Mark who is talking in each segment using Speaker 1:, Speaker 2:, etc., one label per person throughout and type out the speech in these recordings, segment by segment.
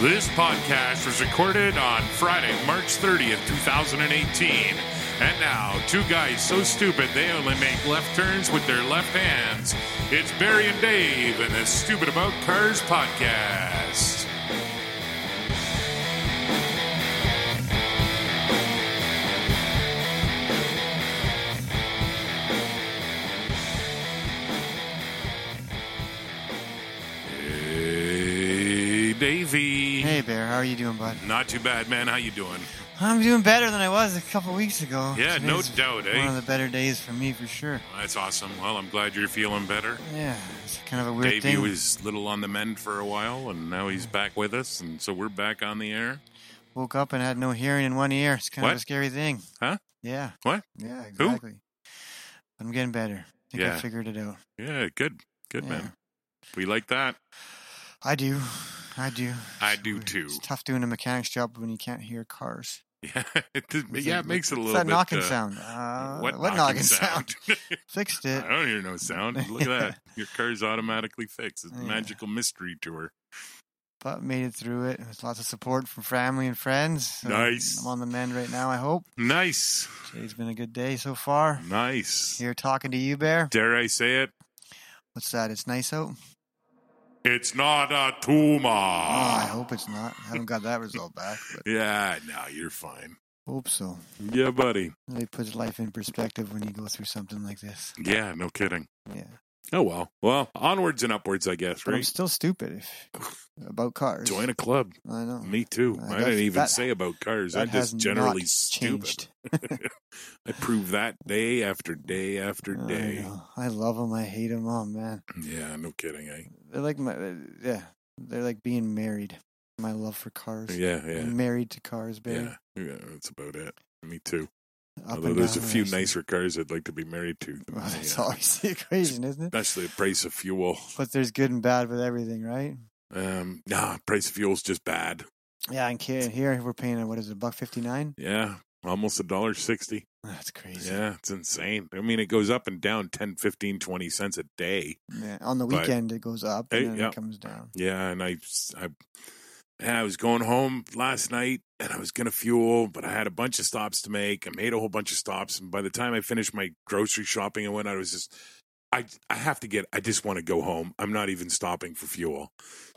Speaker 1: This podcast was recorded on Friday, March 30th, 2018. And now, two guys so stupid they only make left turns with their left hands. It's Barry and Dave and the Stupid About Cars podcast. Hey, Davey.
Speaker 2: Hey Bear, how are you doing, bud?
Speaker 1: Not too bad, man. How you doing?
Speaker 2: I'm doing better than I was a couple weeks ago.
Speaker 1: Yeah, no
Speaker 2: Today's
Speaker 1: doubt, eh?
Speaker 2: One of the better days for me for sure.
Speaker 1: That's awesome. Well, I'm glad you're feeling better.
Speaker 2: Yeah, it's kind of a weird
Speaker 1: Davey
Speaker 2: thing.
Speaker 1: was little on the mend for a while, and now he's back with us, and so we're back on the air.
Speaker 2: Woke up and had no hearing in one ear. It's kind
Speaker 1: What?
Speaker 2: of a scary thing.
Speaker 1: Huh?
Speaker 2: Yeah.
Speaker 1: What?
Speaker 2: Yeah, exactly. I'm getting better. I think
Speaker 1: Yeah.
Speaker 2: I figured it out.
Speaker 1: Yeah, good, good
Speaker 2: Yeah.
Speaker 1: man. We like that.
Speaker 2: I do. I do.
Speaker 1: I
Speaker 2: It's
Speaker 1: do
Speaker 2: weird.
Speaker 1: too.
Speaker 2: It's tough doing a mechanic's job when you can't hear cars.
Speaker 1: Yeah, it, did-
Speaker 2: It's
Speaker 1: yeah,
Speaker 2: like-
Speaker 1: it makes it a
Speaker 2: what's
Speaker 1: little
Speaker 2: that
Speaker 1: bit.
Speaker 2: knocking
Speaker 1: uh,
Speaker 2: sound. Uh,
Speaker 1: what, knocking, sound?
Speaker 2: sound? Fixed it.
Speaker 1: I don't hear no sound. Look at that. Your car's automatically fixed. It's a
Speaker 2: Yeah.
Speaker 1: magical mystery tour.
Speaker 2: but made it through it. There's lots of support from family and friends. So
Speaker 1: Nice.
Speaker 2: I'm on the mend right now. I hope
Speaker 1: Nice,
Speaker 2: today's been a good day so far.
Speaker 1: nice.
Speaker 2: Here talking to you, Bear.
Speaker 1: Dare I say it?
Speaker 2: What's that? It's nice out.
Speaker 1: It's not a
Speaker 2: Oh, I
Speaker 1: tumor.
Speaker 2: hope it's not. I haven't got that result back, but
Speaker 1: Yeah, no, you're fine.
Speaker 2: hope so.
Speaker 1: Yeah, buddy.
Speaker 2: It puts life in perspective when you go through something like this.
Speaker 1: Yeah, no kidding.
Speaker 2: Yeah,
Speaker 1: Oh well, well, onwards and upwards, I guess.
Speaker 2: but I'm
Speaker 1: Right?
Speaker 2: still stupid if, about cars.
Speaker 1: Join a club.
Speaker 2: I know.
Speaker 1: Me too.
Speaker 2: Uh,
Speaker 1: I
Speaker 2: that's-
Speaker 1: didn't even
Speaker 2: that-
Speaker 1: say about cars.
Speaker 2: that
Speaker 1: I'm
Speaker 2: has
Speaker 1: just generally
Speaker 2: not
Speaker 1: stupid.
Speaker 2: changed.
Speaker 1: I prove that day after day after
Speaker 2: I
Speaker 1: day.
Speaker 2: know. I love them. I hate them. Oh man,
Speaker 1: Yeah, no kidding. Eh?
Speaker 2: they're like my yeah. They're like being married. My love for cars.
Speaker 1: Yeah, yeah,
Speaker 2: I'm married to cars, Bear.
Speaker 1: yeah, yeah. That's about it. Me too.
Speaker 2: Up
Speaker 1: Although
Speaker 2: and
Speaker 1: there's a
Speaker 2: down
Speaker 1: few
Speaker 2: racing.
Speaker 1: nicer cars I'd like to be married to. than
Speaker 2: Well,
Speaker 1: the,
Speaker 2: that's
Speaker 1: uh,
Speaker 2: always the equation, isn't it?
Speaker 1: That's the price of fuel.
Speaker 2: But there's good and bad with everything, right?
Speaker 1: Um, nah, price of fuel's just bad.
Speaker 2: Yeah, and ca- here we're paying uh, what is it, buck fifty nine?
Speaker 1: Yeah, almost a dollar sixty.
Speaker 2: That's crazy.
Speaker 1: Yeah, it's insane. I mean, it goes up and down 10, 15, 20 cents a day.
Speaker 2: Yeah, On the
Speaker 1: But-
Speaker 2: weekend it goes up and
Speaker 1: Hey,
Speaker 2: then
Speaker 1: yeah.
Speaker 2: it comes down.
Speaker 1: Yeah, and I, I, yeah, I was going home last night, and I was gonna fuel, but I had a bunch of stops to make. I made a whole bunch of stops, and by the time I finished my grocery shopping and went, I was just, I, I have to get. I just want to go home. I'm not even stopping for fuel.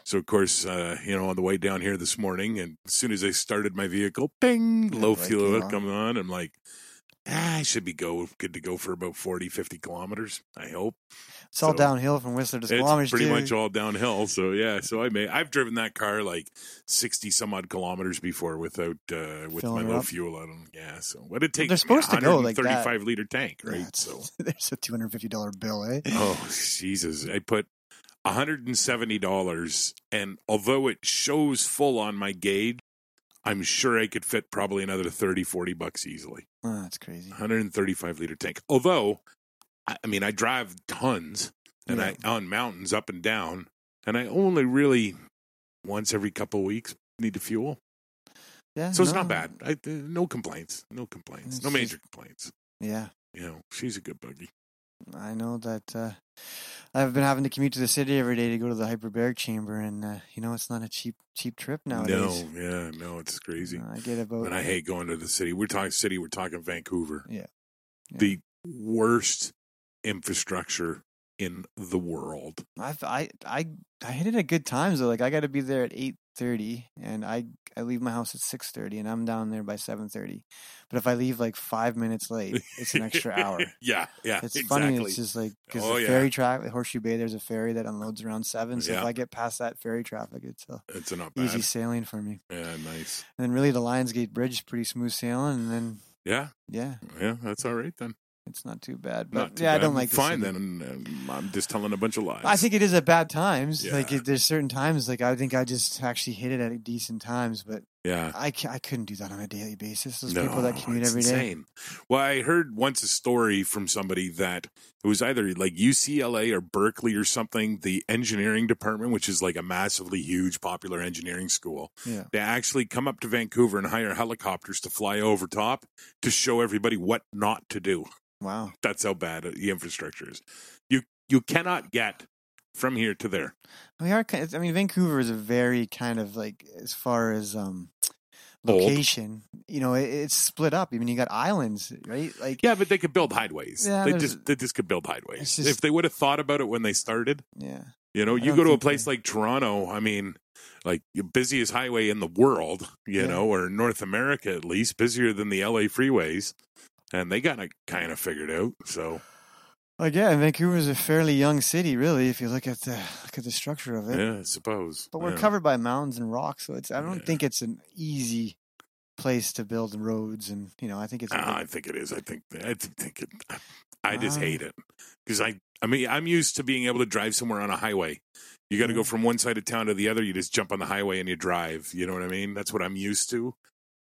Speaker 1: So of course, uh, you know, on the way down here this morning, and as soon as I started my vehicle, ping, low
Speaker 2: Right,
Speaker 1: fuel
Speaker 2: yeah.
Speaker 1: comes on. I'm like. ah, I should be go good to go for about 40, 50 kilometers. I hope
Speaker 2: It's all
Speaker 1: So-
Speaker 2: downhill from Whistler to Squamish,
Speaker 1: it's pretty
Speaker 2: too.
Speaker 1: much all downhill. So yeah, so I may I've driven that car like sixty some odd kilometers before without uh, with
Speaker 2: Filling
Speaker 1: my
Speaker 2: her
Speaker 1: low
Speaker 2: up.
Speaker 1: fuel out on yeah. So what it take?
Speaker 2: they're supposed to go like that.
Speaker 1: thirty-five liter tank,
Speaker 2: Yeah,
Speaker 1: right?
Speaker 2: it's-
Speaker 1: So
Speaker 2: there's a two hundred fifty dollar bill, eh?
Speaker 1: oh Jesus, I put one hundred and seventy dollars, and although it shows full on my gauge. I'm sure I could fit probably another 30, 40 bucks easily.
Speaker 2: Oh, that's crazy.
Speaker 1: 135 liter tank. Although, I, I mean, I drive tons and
Speaker 2: Yeah.
Speaker 1: I on mountains up and down, and I only really once every couple weeks need to fuel,
Speaker 2: Yeah,
Speaker 1: so it's
Speaker 2: Oh, no.
Speaker 1: not bad. I, uh, no complaints, no complaints,
Speaker 2: It's
Speaker 1: no
Speaker 2: just-
Speaker 1: major complaints.
Speaker 2: Yeah,
Speaker 1: You know, she's a good buggy.
Speaker 2: I know that. Uh, I've been having to commute to the city every day to go to the hyperbaric chamber, and uh, you know it's not a cheap cheap trip nowadays.
Speaker 1: No, yeah, no, it's crazy.
Speaker 2: I get about
Speaker 1: And I hate going to the city. We're talking city. We're talking Vancouver.
Speaker 2: Yeah. Yeah.
Speaker 1: the worst infrastructure in the world.
Speaker 2: I've, I I I hit it at good times though. Like I got to be there at eight thirty, and I I leave my house at six thirty, and I'm down there by seven thirty. But if I leave like five minutes late, it's an extra hour.
Speaker 1: yeah, yeah,
Speaker 2: It's
Speaker 1: exactly.
Speaker 2: funny. It's just like because
Speaker 1: Oh,
Speaker 2: the
Speaker 1: yeah.
Speaker 2: ferry traffic, Horseshoe Bay, there's a ferry that unloads around seven. So
Speaker 1: Yeah.
Speaker 2: if I get past that ferry traffic, it's uh,
Speaker 1: it's not bad.
Speaker 2: easy sailing for me.
Speaker 1: Yeah, nice.
Speaker 2: And then really the Lionsgate Bridge is pretty smooth sailing, and then
Speaker 1: Yeah,
Speaker 2: yeah,
Speaker 1: yeah, that's all right then.
Speaker 2: it's not too bad. But
Speaker 1: Not too
Speaker 2: yeah, I
Speaker 1: bad.
Speaker 2: don't like the
Speaker 1: Fine
Speaker 2: city.
Speaker 1: then. um, I'm just telling a bunch of lies.
Speaker 2: I think it is at bad times. Like
Speaker 1: Yeah.
Speaker 2: it, there's certain times. Like I think I just actually hit it at decent times, but
Speaker 1: Yeah.
Speaker 2: I, ca- I couldn't do that on a daily basis. Those
Speaker 1: No,
Speaker 2: people that commute
Speaker 1: it's
Speaker 2: every day.
Speaker 1: insane. Well, I heard once a story from somebody that it was either like UCLA or Berkeley or something. The engineering department, which is like a massively huge, popular engineering school,
Speaker 2: Yeah.
Speaker 1: they actually come up to Vancouver and hire helicopters to fly over top to show everybody what not to do.
Speaker 2: Wow.
Speaker 1: That's how bad the infrastructure is. You you cannot get from here to there?
Speaker 2: We are. kind- I mean, Vancouver is a very kind of like as far as um
Speaker 1: Old.
Speaker 2: location. You know, it, it's split up. I mean, you got islands, right? Like
Speaker 1: Yeah, but they could build hideaways.
Speaker 2: Yeah,
Speaker 1: they
Speaker 2: there's-
Speaker 1: just they just could build hideaways.
Speaker 2: It's just-
Speaker 1: if they would have thought about it when they started,
Speaker 2: yeah,
Speaker 1: you know,
Speaker 2: I
Speaker 1: you
Speaker 2: don't
Speaker 1: go to a
Speaker 2: think
Speaker 1: place
Speaker 2: they-
Speaker 1: like Toronto, I mean, like the busiest highway in the world, you
Speaker 2: Yeah.
Speaker 1: know, or North America at least, busier than the LA freeways. And they got it kind of figured out. So
Speaker 2: like yeah. And Vancouver is a fairly young city, really, if you look at the look at the structure of it.
Speaker 1: yeah, I suppose.
Speaker 2: But we're
Speaker 1: Yeah.
Speaker 2: covered by mountains and rocks, so it's. I don't
Speaker 1: Yeah.
Speaker 2: think it's an easy place to build roads, and you know, I think it's. a
Speaker 1: Ah, I
Speaker 2: big-
Speaker 1: think it is. I think I th- think it. I just
Speaker 2: Ah.
Speaker 1: hate it because I. I mean, I'm used to being able to drive somewhere on a highway. You got to go
Speaker 2: Yeah.
Speaker 1: from one side of town to the other. You just jump on the highway and you drive. You know what I mean? That's what I'm used to.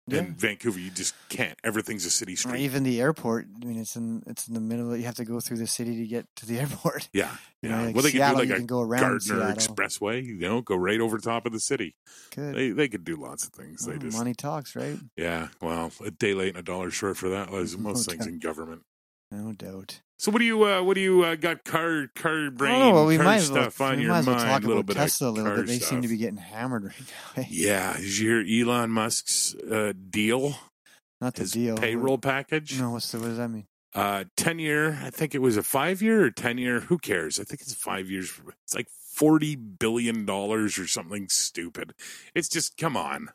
Speaker 2: Yeah.
Speaker 1: In Vancouver, you just can't. Everything's a city
Speaker 2: Or
Speaker 1: street.
Speaker 2: even the airport. I mean, it's in it's in the middle. Of, you have to go through the city to get to the airport.
Speaker 1: Yeah,
Speaker 2: You
Speaker 1: yeah.
Speaker 2: know, like
Speaker 1: well, they could do
Speaker 2: Seattle,
Speaker 1: like
Speaker 2: you
Speaker 1: a
Speaker 2: can go around
Speaker 1: Gardner
Speaker 2: Seattle.
Speaker 1: Expressway. You know, go right over top of the city.
Speaker 2: Good.
Speaker 1: They they could do lots of things. They
Speaker 2: Oh,
Speaker 1: just
Speaker 2: money talks, right?
Speaker 1: yeah. Well, a day late and a dollar short for that was most
Speaker 2: Okay.
Speaker 1: things in government.
Speaker 2: No doubt.
Speaker 1: So what do you uh, what do you uh, got car car brain
Speaker 2: oh, well, we
Speaker 1: car
Speaker 2: might as well,
Speaker 1: stuff on
Speaker 2: we
Speaker 1: your
Speaker 2: might as well
Speaker 1: mind
Speaker 2: talk
Speaker 1: a little
Speaker 2: about
Speaker 1: bit of
Speaker 2: Tesla a little
Speaker 1: car
Speaker 2: bit. They seem to
Speaker 1: stuff.
Speaker 2: be getting hammered right now. eh?
Speaker 1: yeah did you hear Elon Musk's uh, deal
Speaker 2: Not the
Speaker 1: his
Speaker 2: deal.
Speaker 1: payroll package
Speaker 2: No, what's the, what does that mean?
Speaker 1: uh 10 year I think it was a 5 year or 10 year who cares I think it's 5 years it's like 40 billion dollars or something stupid it's just come on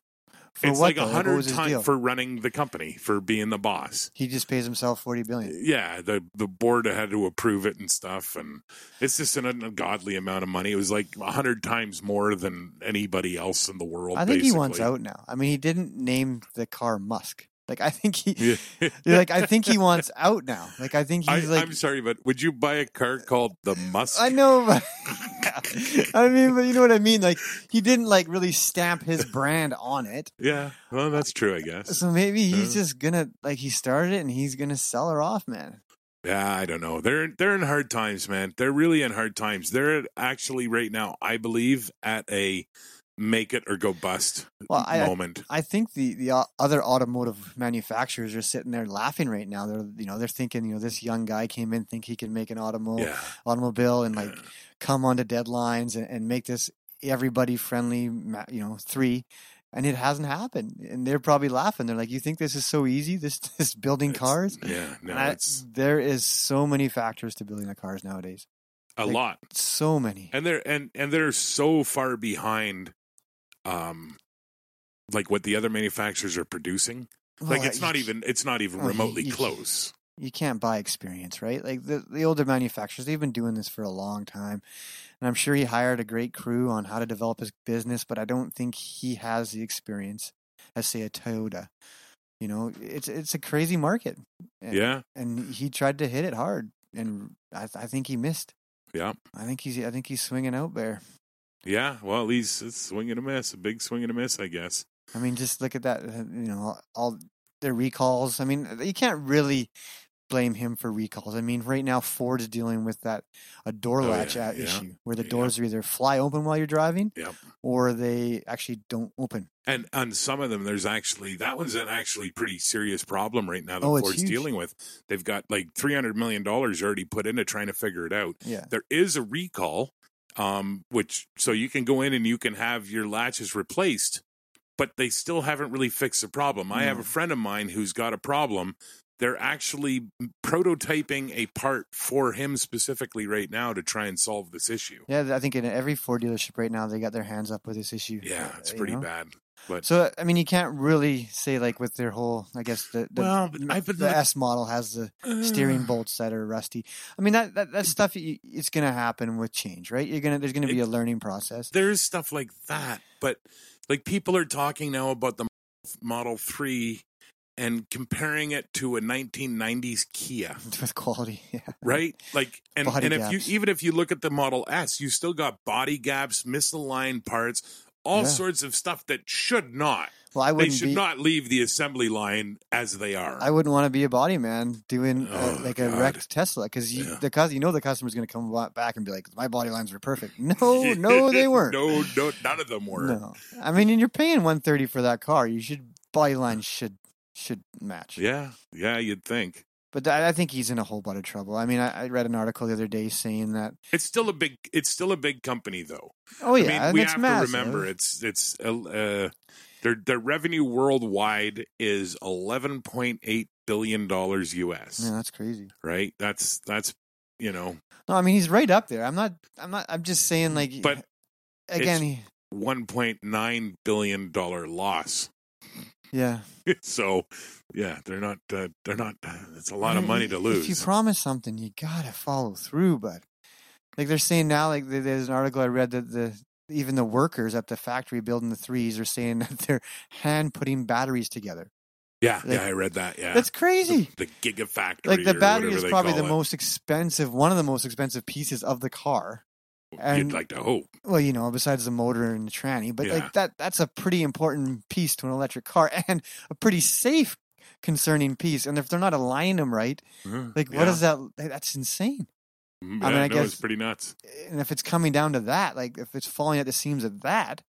Speaker 2: For
Speaker 1: it's
Speaker 2: what,
Speaker 1: like a
Speaker 2: though? Like, what
Speaker 1: 100
Speaker 2: was his deal?
Speaker 1: times for running the company for being the boss
Speaker 2: He just pays himself forty billion.
Speaker 1: yeah the the board had to approve it and stuff and it's just an ungodly amount of money it was like 100 times more than anybody else in the world
Speaker 2: I think
Speaker 1: basically.
Speaker 2: he wants out now. I mean, he didn't name the car Musk. Like I think he,
Speaker 1: Yeah.
Speaker 2: like I think he wants out now. Like I think
Speaker 1: I,
Speaker 2: he's like Uh,
Speaker 1: i'm sorry but would you buy a car called the musk
Speaker 2: I know, but I mean, but you know what I mean. Like he didn't like really stamp his brand on it.
Speaker 1: yeah well that's true i guess
Speaker 2: So maybe he's
Speaker 1: Yeah.
Speaker 2: just gonna like he started it and he's gonna sell her off, man.
Speaker 1: yeah i don't know they're they're in hard times man they're really in hard times they're actually right now i believe at a make it or go bust
Speaker 2: Well, I, I
Speaker 1: moment
Speaker 2: I think the the o- other automotive manufacturers are sitting there laughing right now. They're you know they're thinking you know this young guy came in think he can make an automo-
Speaker 1: yeah uh,
Speaker 2: automobile and like come onto deadlines and, and make this everybody friendly ma- you know three. And it hasn't happened, and they're probably laughing. They're like, "You think this is so easy? This this building
Speaker 1: It's-
Speaker 2: cars?
Speaker 1: yeah no
Speaker 2: And I-
Speaker 1: it's
Speaker 2: there is so many factors to building the cars nowadays.
Speaker 1: a
Speaker 2: like-
Speaker 1: lot
Speaker 2: So many.
Speaker 1: and they're and and they're so far behind um like what the other manufacturers are producing like
Speaker 2: Well,
Speaker 1: it's not
Speaker 2: you-
Speaker 1: even it's not even
Speaker 2: well, you-
Speaker 1: remotely
Speaker 2: you-
Speaker 1: close
Speaker 2: you can't buy experience, right? Like the, the older manufacturers, they've been doing this for a long time. And I'm sure he hired a great crew on how to develop his business, but I don't think he has the experience as say a Toyota. You know, it's it's a crazy market. And,
Speaker 1: yeah
Speaker 2: And he tried to hit it hard and I, I think he missed.
Speaker 1: yeah
Speaker 2: I think he's I think he's swinging out there.
Speaker 1: yeah well at least it's swing and a miss a big swing and a miss i guess
Speaker 2: I mean, just look at that. uh, You know, all their recalls. I mean, uh, you can't really blame him for recalls. I mean, right now Ford's dealing with that a door
Speaker 1: Oh,
Speaker 2: latch
Speaker 1: yeah,
Speaker 2: uh
Speaker 1: yeah,
Speaker 2: issue where the
Speaker 1: yeah.
Speaker 2: doors are either fly open while you're driving,
Speaker 1: Yep.
Speaker 2: or they actually don't open.
Speaker 1: and on some of them there's actually that one's an actually pretty serious problem right now that
Speaker 2: Oh, it's
Speaker 1: ford's
Speaker 2: huge.
Speaker 1: dealing with they've got like 300 million dollars already put into trying to figure it out
Speaker 2: Yeah,
Speaker 1: there is a recall um which so you can go in and you can have your latches replaced but they still haven't really fixed the problem i have a
Speaker 2: No.
Speaker 1: friend of mine who's got a problem they're actually prototyping a part for him specifically right now to try and solve this issue
Speaker 2: yeah. I think in every Ford dealership right now they got their hands up with this issue.
Speaker 1: yeah it's
Speaker 2: you
Speaker 1: pretty
Speaker 2: know?
Speaker 1: bad but
Speaker 2: So I mean, you can't really say like with their whole. I guess the, the
Speaker 1: well but i've been
Speaker 2: the S model has the steering bolts that are rusty. I mean that that, that stuff y- it's going to happen with change, right? You're going to there's going to be
Speaker 1: It-
Speaker 2: a learning process.
Speaker 1: there's stuff like that but like people are talking now about the model 3 and comparing it to a 1990s kia
Speaker 2: With quality, yeah.
Speaker 1: right? Like, and,
Speaker 2: Body
Speaker 1: and if
Speaker 2: gaps.
Speaker 1: you even if you look at the Model S, you still got body gaps, misaligned parts, all
Speaker 2: Yeah.
Speaker 1: sorts of stuff that should not.
Speaker 2: Well, I
Speaker 1: They
Speaker 2: wouldn't
Speaker 1: should
Speaker 2: be.
Speaker 1: not leave the assembly line as they are.
Speaker 2: I wouldn't want to be a body man doing uh,
Speaker 1: Oh,
Speaker 2: like a
Speaker 1: God.
Speaker 2: wrecked Tesla because
Speaker 1: Yeah.
Speaker 2: the cus- you know the customer's going to come wa- back and be like, "My body lines were perfect." No, oh, no, they weren't.
Speaker 1: no, no, none of them were.
Speaker 2: No. I mean, and you're paying one thirty for that car. You should body lines should should match.
Speaker 1: Yeah, yeah, you'd think.
Speaker 2: But I I think he's in a whole lot of trouble. I mean, I, I read an article the other day saying that.
Speaker 1: It's still a big. It's still a big company, though.
Speaker 2: Oh yeah,
Speaker 1: I mean,
Speaker 2: and
Speaker 1: we
Speaker 2: it's
Speaker 1: have
Speaker 2: massive.
Speaker 1: to remember it's it's uh, uh, their their revenue worldwide is eleven point eight billion dollars U.S.
Speaker 2: Yeah, that's crazy.
Speaker 1: Right? That's that's you know
Speaker 2: No, I mean he's right up there. I'm not. I'm not. I'm just saying, like,
Speaker 1: But
Speaker 2: again, he,
Speaker 1: one point nine billion dollar loss.
Speaker 2: yeah.
Speaker 1: So yeah, they're not uh, they're not. It's a lot of
Speaker 2: Yeah,
Speaker 1: money to
Speaker 2: if-
Speaker 1: lose.
Speaker 2: If you promise something, you gotta follow through. But like they're saying now, like there- there's an article I read that the even the workers at the factory building the threes are saying that they're hand putting batteries together.
Speaker 1: yeah,
Speaker 2: like-
Speaker 1: yeah, I read that. Yeah,
Speaker 2: That's crazy.
Speaker 1: the gigafactory.
Speaker 2: Like the
Speaker 1: or
Speaker 2: battery
Speaker 1: whatever
Speaker 2: is
Speaker 1: they
Speaker 2: probably
Speaker 1: call
Speaker 2: the
Speaker 1: it.
Speaker 2: most expensive, one of the most expensive pieces of the car.
Speaker 1: You'd
Speaker 2: and-
Speaker 1: like to hope.
Speaker 2: Well, you know, besides the motor and the tranny, but
Speaker 1: Yeah.
Speaker 2: like that—that's a pretty important piece to an electric car, and a pretty safe, concerning piece. And if they're not aligning them right, like what is that? That's insane.
Speaker 1: Mm,
Speaker 2: I mean,
Speaker 1: yeah,
Speaker 2: I
Speaker 1: no, it's
Speaker 2: guess-
Speaker 1: pretty nuts.
Speaker 2: and if it's coming down to that, like if it's falling at the seams of that,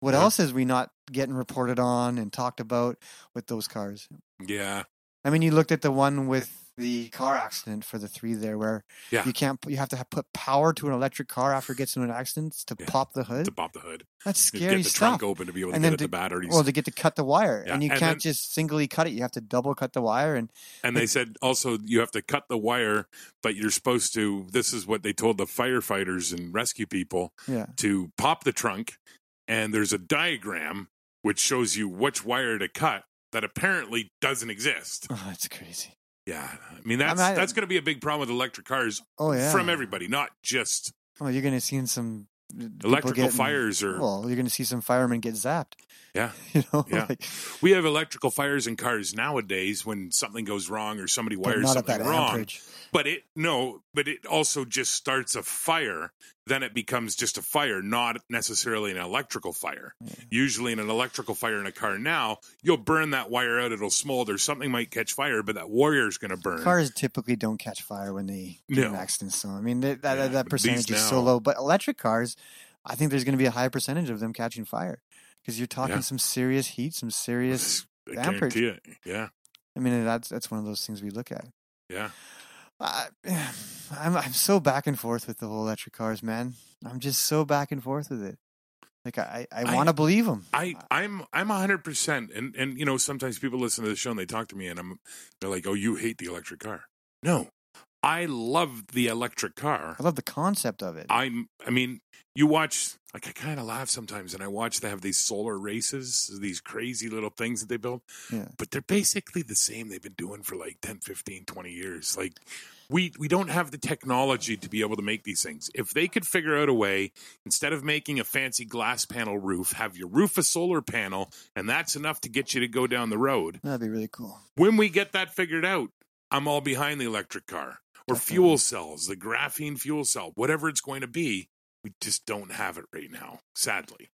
Speaker 2: what
Speaker 1: Yeah.
Speaker 2: else is we not getting reported on and talked about with those cars?
Speaker 1: Yeah,
Speaker 2: I mean, you looked at the one with the car accident for the three there, where
Speaker 1: Yeah.
Speaker 2: you can't, put- you have to have put power to an electric car after it gets into an accident to
Speaker 1: Yeah.
Speaker 2: pop the hood.
Speaker 1: to pop the hood,
Speaker 2: That's
Speaker 1: to
Speaker 2: scary
Speaker 1: get the
Speaker 2: stuff.
Speaker 1: trunk open to be able to
Speaker 2: And
Speaker 1: get
Speaker 2: then
Speaker 1: at the
Speaker 2: to-
Speaker 1: batteries.
Speaker 2: Well, to get to cut the wire,
Speaker 1: Yeah.
Speaker 2: and you
Speaker 1: And
Speaker 2: can't
Speaker 1: then-
Speaker 2: just singly cut it. You have to double cut the wire, and
Speaker 1: And they said also you have to cut the wire, but you're supposed to. This is what they told the firefighters and rescue people
Speaker 2: yeah,
Speaker 1: to pop the trunk. And there's a diagram which shows you which wire to cut that apparently doesn't exist.
Speaker 2: oh, that's crazy.
Speaker 1: Yeah, I mean that's
Speaker 2: I-
Speaker 1: that's going to be a big problem with electric cars
Speaker 2: Oh yeah,
Speaker 1: from everybody, not just
Speaker 2: Oh, you're gonna see some people
Speaker 1: electrical
Speaker 2: getting-
Speaker 1: fires or
Speaker 2: Well, you're going to see some firemen get zapped.
Speaker 1: Yeah.
Speaker 2: You know,
Speaker 1: Yeah.
Speaker 2: like,
Speaker 1: we have electrical fires in cars nowadays when something goes wrong or somebody
Speaker 2: but
Speaker 1: wires
Speaker 2: not at
Speaker 1: something
Speaker 2: that
Speaker 1: wrong.
Speaker 2: amperage.
Speaker 1: But it no, but it also just starts a fire. Then it becomes just a fire, not necessarily an electrical fire.
Speaker 2: Yeah.
Speaker 1: Usually, in an electrical fire in a car now, you'll burn that wire out. It'll smolder. Something might catch fire, but that warrior's going to burn.
Speaker 2: Cars typically don't catch fire when they get in
Speaker 1: No.
Speaker 2: accidents. So, I mean, that, that,
Speaker 1: Yeah,
Speaker 2: that
Speaker 1: but
Speaker 2: percentage
Speaker 1: these
Speaker 2: is so
Speaker 1: now-
Speaker 2: low. But electric cars, I think there's going to be a high percentage of them catching fire because you're talking
Speaker 1: Yeah.
Speaker 2: some serious heat, some serious.
Speaker 1: I
Speaker 2: amperage.
Speaker 1: guarantee it. Yeah,
Speaker 2: I mean, that's that's one of those things we look at.
Speaker 1: yeah.
Speaker 2: I, I'm I'm so back and forth with the whole electric cars, man. I'm just so back and forth with it. Like I, I,
Speaker 1: I-
Speaker 2: I want to believe them.
Speaker 1: I I'm I'm hundred percent. And and you know sometimes people listen to the show and they talk to me and I'm they're like, oh, you hate the electric car. No, I love the electric car.
Speaker 2: I love the concept of it.
Speaker 1: I'm. I mean, you watch. Like I kind of laugh sometimes, and I watch they have these solar races, these crazy little things that they build.
Speaker 2: Yeah.
Speaker 1: But they're basically the same they've been doing for like 10, 15, 20 years. Like we we don't have the technology to be able to make these things. If they could figure out a way, instead of making a fancy glass panel roof, have your roof a solar panel, and that's enough to get you to go down the road
Speaker 2: That'd be really cool.
Speaker 1: when we get that figured out, I'm all behind the electric car or
Speaker 2: Definitely.
Speaker 1: fuel cells, the graphene fuel cell, whatever it's going to be. We just don't have it right now, sadly.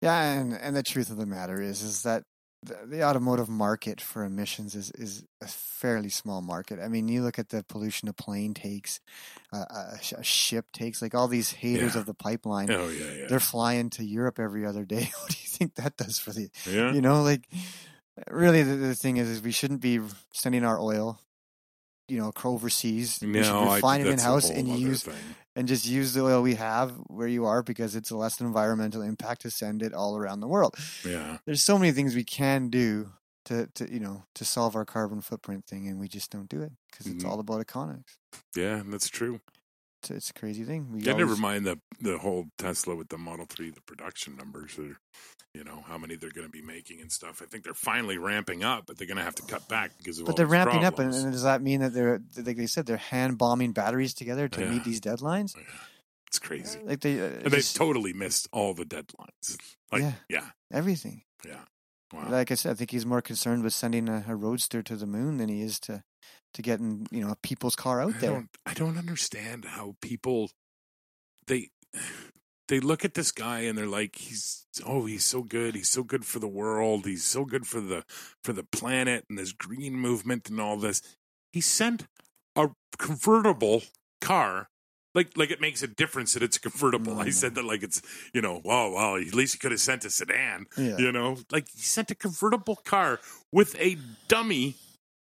Speaker 2: Yeah, and and the truth of the matter is is that the, the automotive market for emissions is is a fairly small market. I mean, you look at the pollution a plane takes, uh, a, sh- a ship takes, like all these haters
Speaker 1: Yeah.
Speaker 2: of the pipeline.
Speaker 1: Oh yeah, yeah,
Speaker 2: They're flying to Europe every other day. What do you think that does for the?
Speaker 1: yeah.
Speaker 2: You know, like really, the, the thing is, is we shouldn't be sending our oil, you know, acro- overseas. we should
Speaker 1: No, I-
Speaker 2: refine it in
Speaker 1: that's a
Speaker 2: house
Speaker 1: whole
Speaker 2: and
Speaker 1: other
Speaker 2: use
Speaker 1: thing.
Speaker 2: and just use the oil we have where you are because it's a less environmental impact to send it all around the world.
Speaker 1: Yeah,
Speaker 2: There's so many things we can do to, to you know to solve our carbon footprint thing, and we just don't do it because it's
Speaker 1: Mhm.
Speaker 2: all about economics.
Speaker 1: yeah, that's true.
Speaker 2: It's, it's a crazy thing. We
Speaker 1: Yeah, never
Speaker 2: always-
Speaker 1: mind the the whole Tesla with the Model Three, the production numbers, or you know how many they're going to be making and stuff. I think they're finally ramping up, but they're going to have to cut back because of all
Speaker 2: But they're
Speaker 1: these
Speaker 2: ramping up, and,
Speaker 1: problems.
Speaker 2: and does that mean that they're like they said they're hand bombing batteries together to
Speaker 1: Yeah.
Speaker 2: meet these deadlines?
Speaker 1: it's crazy.
Speaker 2: Like they, uh,
Speaker 1: And they've
Speaker 2: just-
Speaker 1: totally missed all the deadlines. Like,
Speaker 2: Yeah.
Speaker 1: yeah,
Speaker 2: everything.
Speaker 1: wow.
Speaker 2: Like I said, I think he's more concerned with sending a, a roadster to the moon than he is to to getting you know a people's car out
Speaker 1: I
Speaker 2: there.
Speaker 1: Don't, I don't understand how people they they look at this guy and they're like, he's oh, he's so good, he's so good for the world, he's so good for the for the planet and this green movement and all this. He sent a convertible car. Like, like it makes a difference that it's a convertible. I
Speaker 2: Mm.
Speaker 1: said that like it's, you know, wow, wow. At least he could have sent a sedan,
Speaker 2: Yeah.
Speaker 1: you know. Like he sent a convertible car with a dummy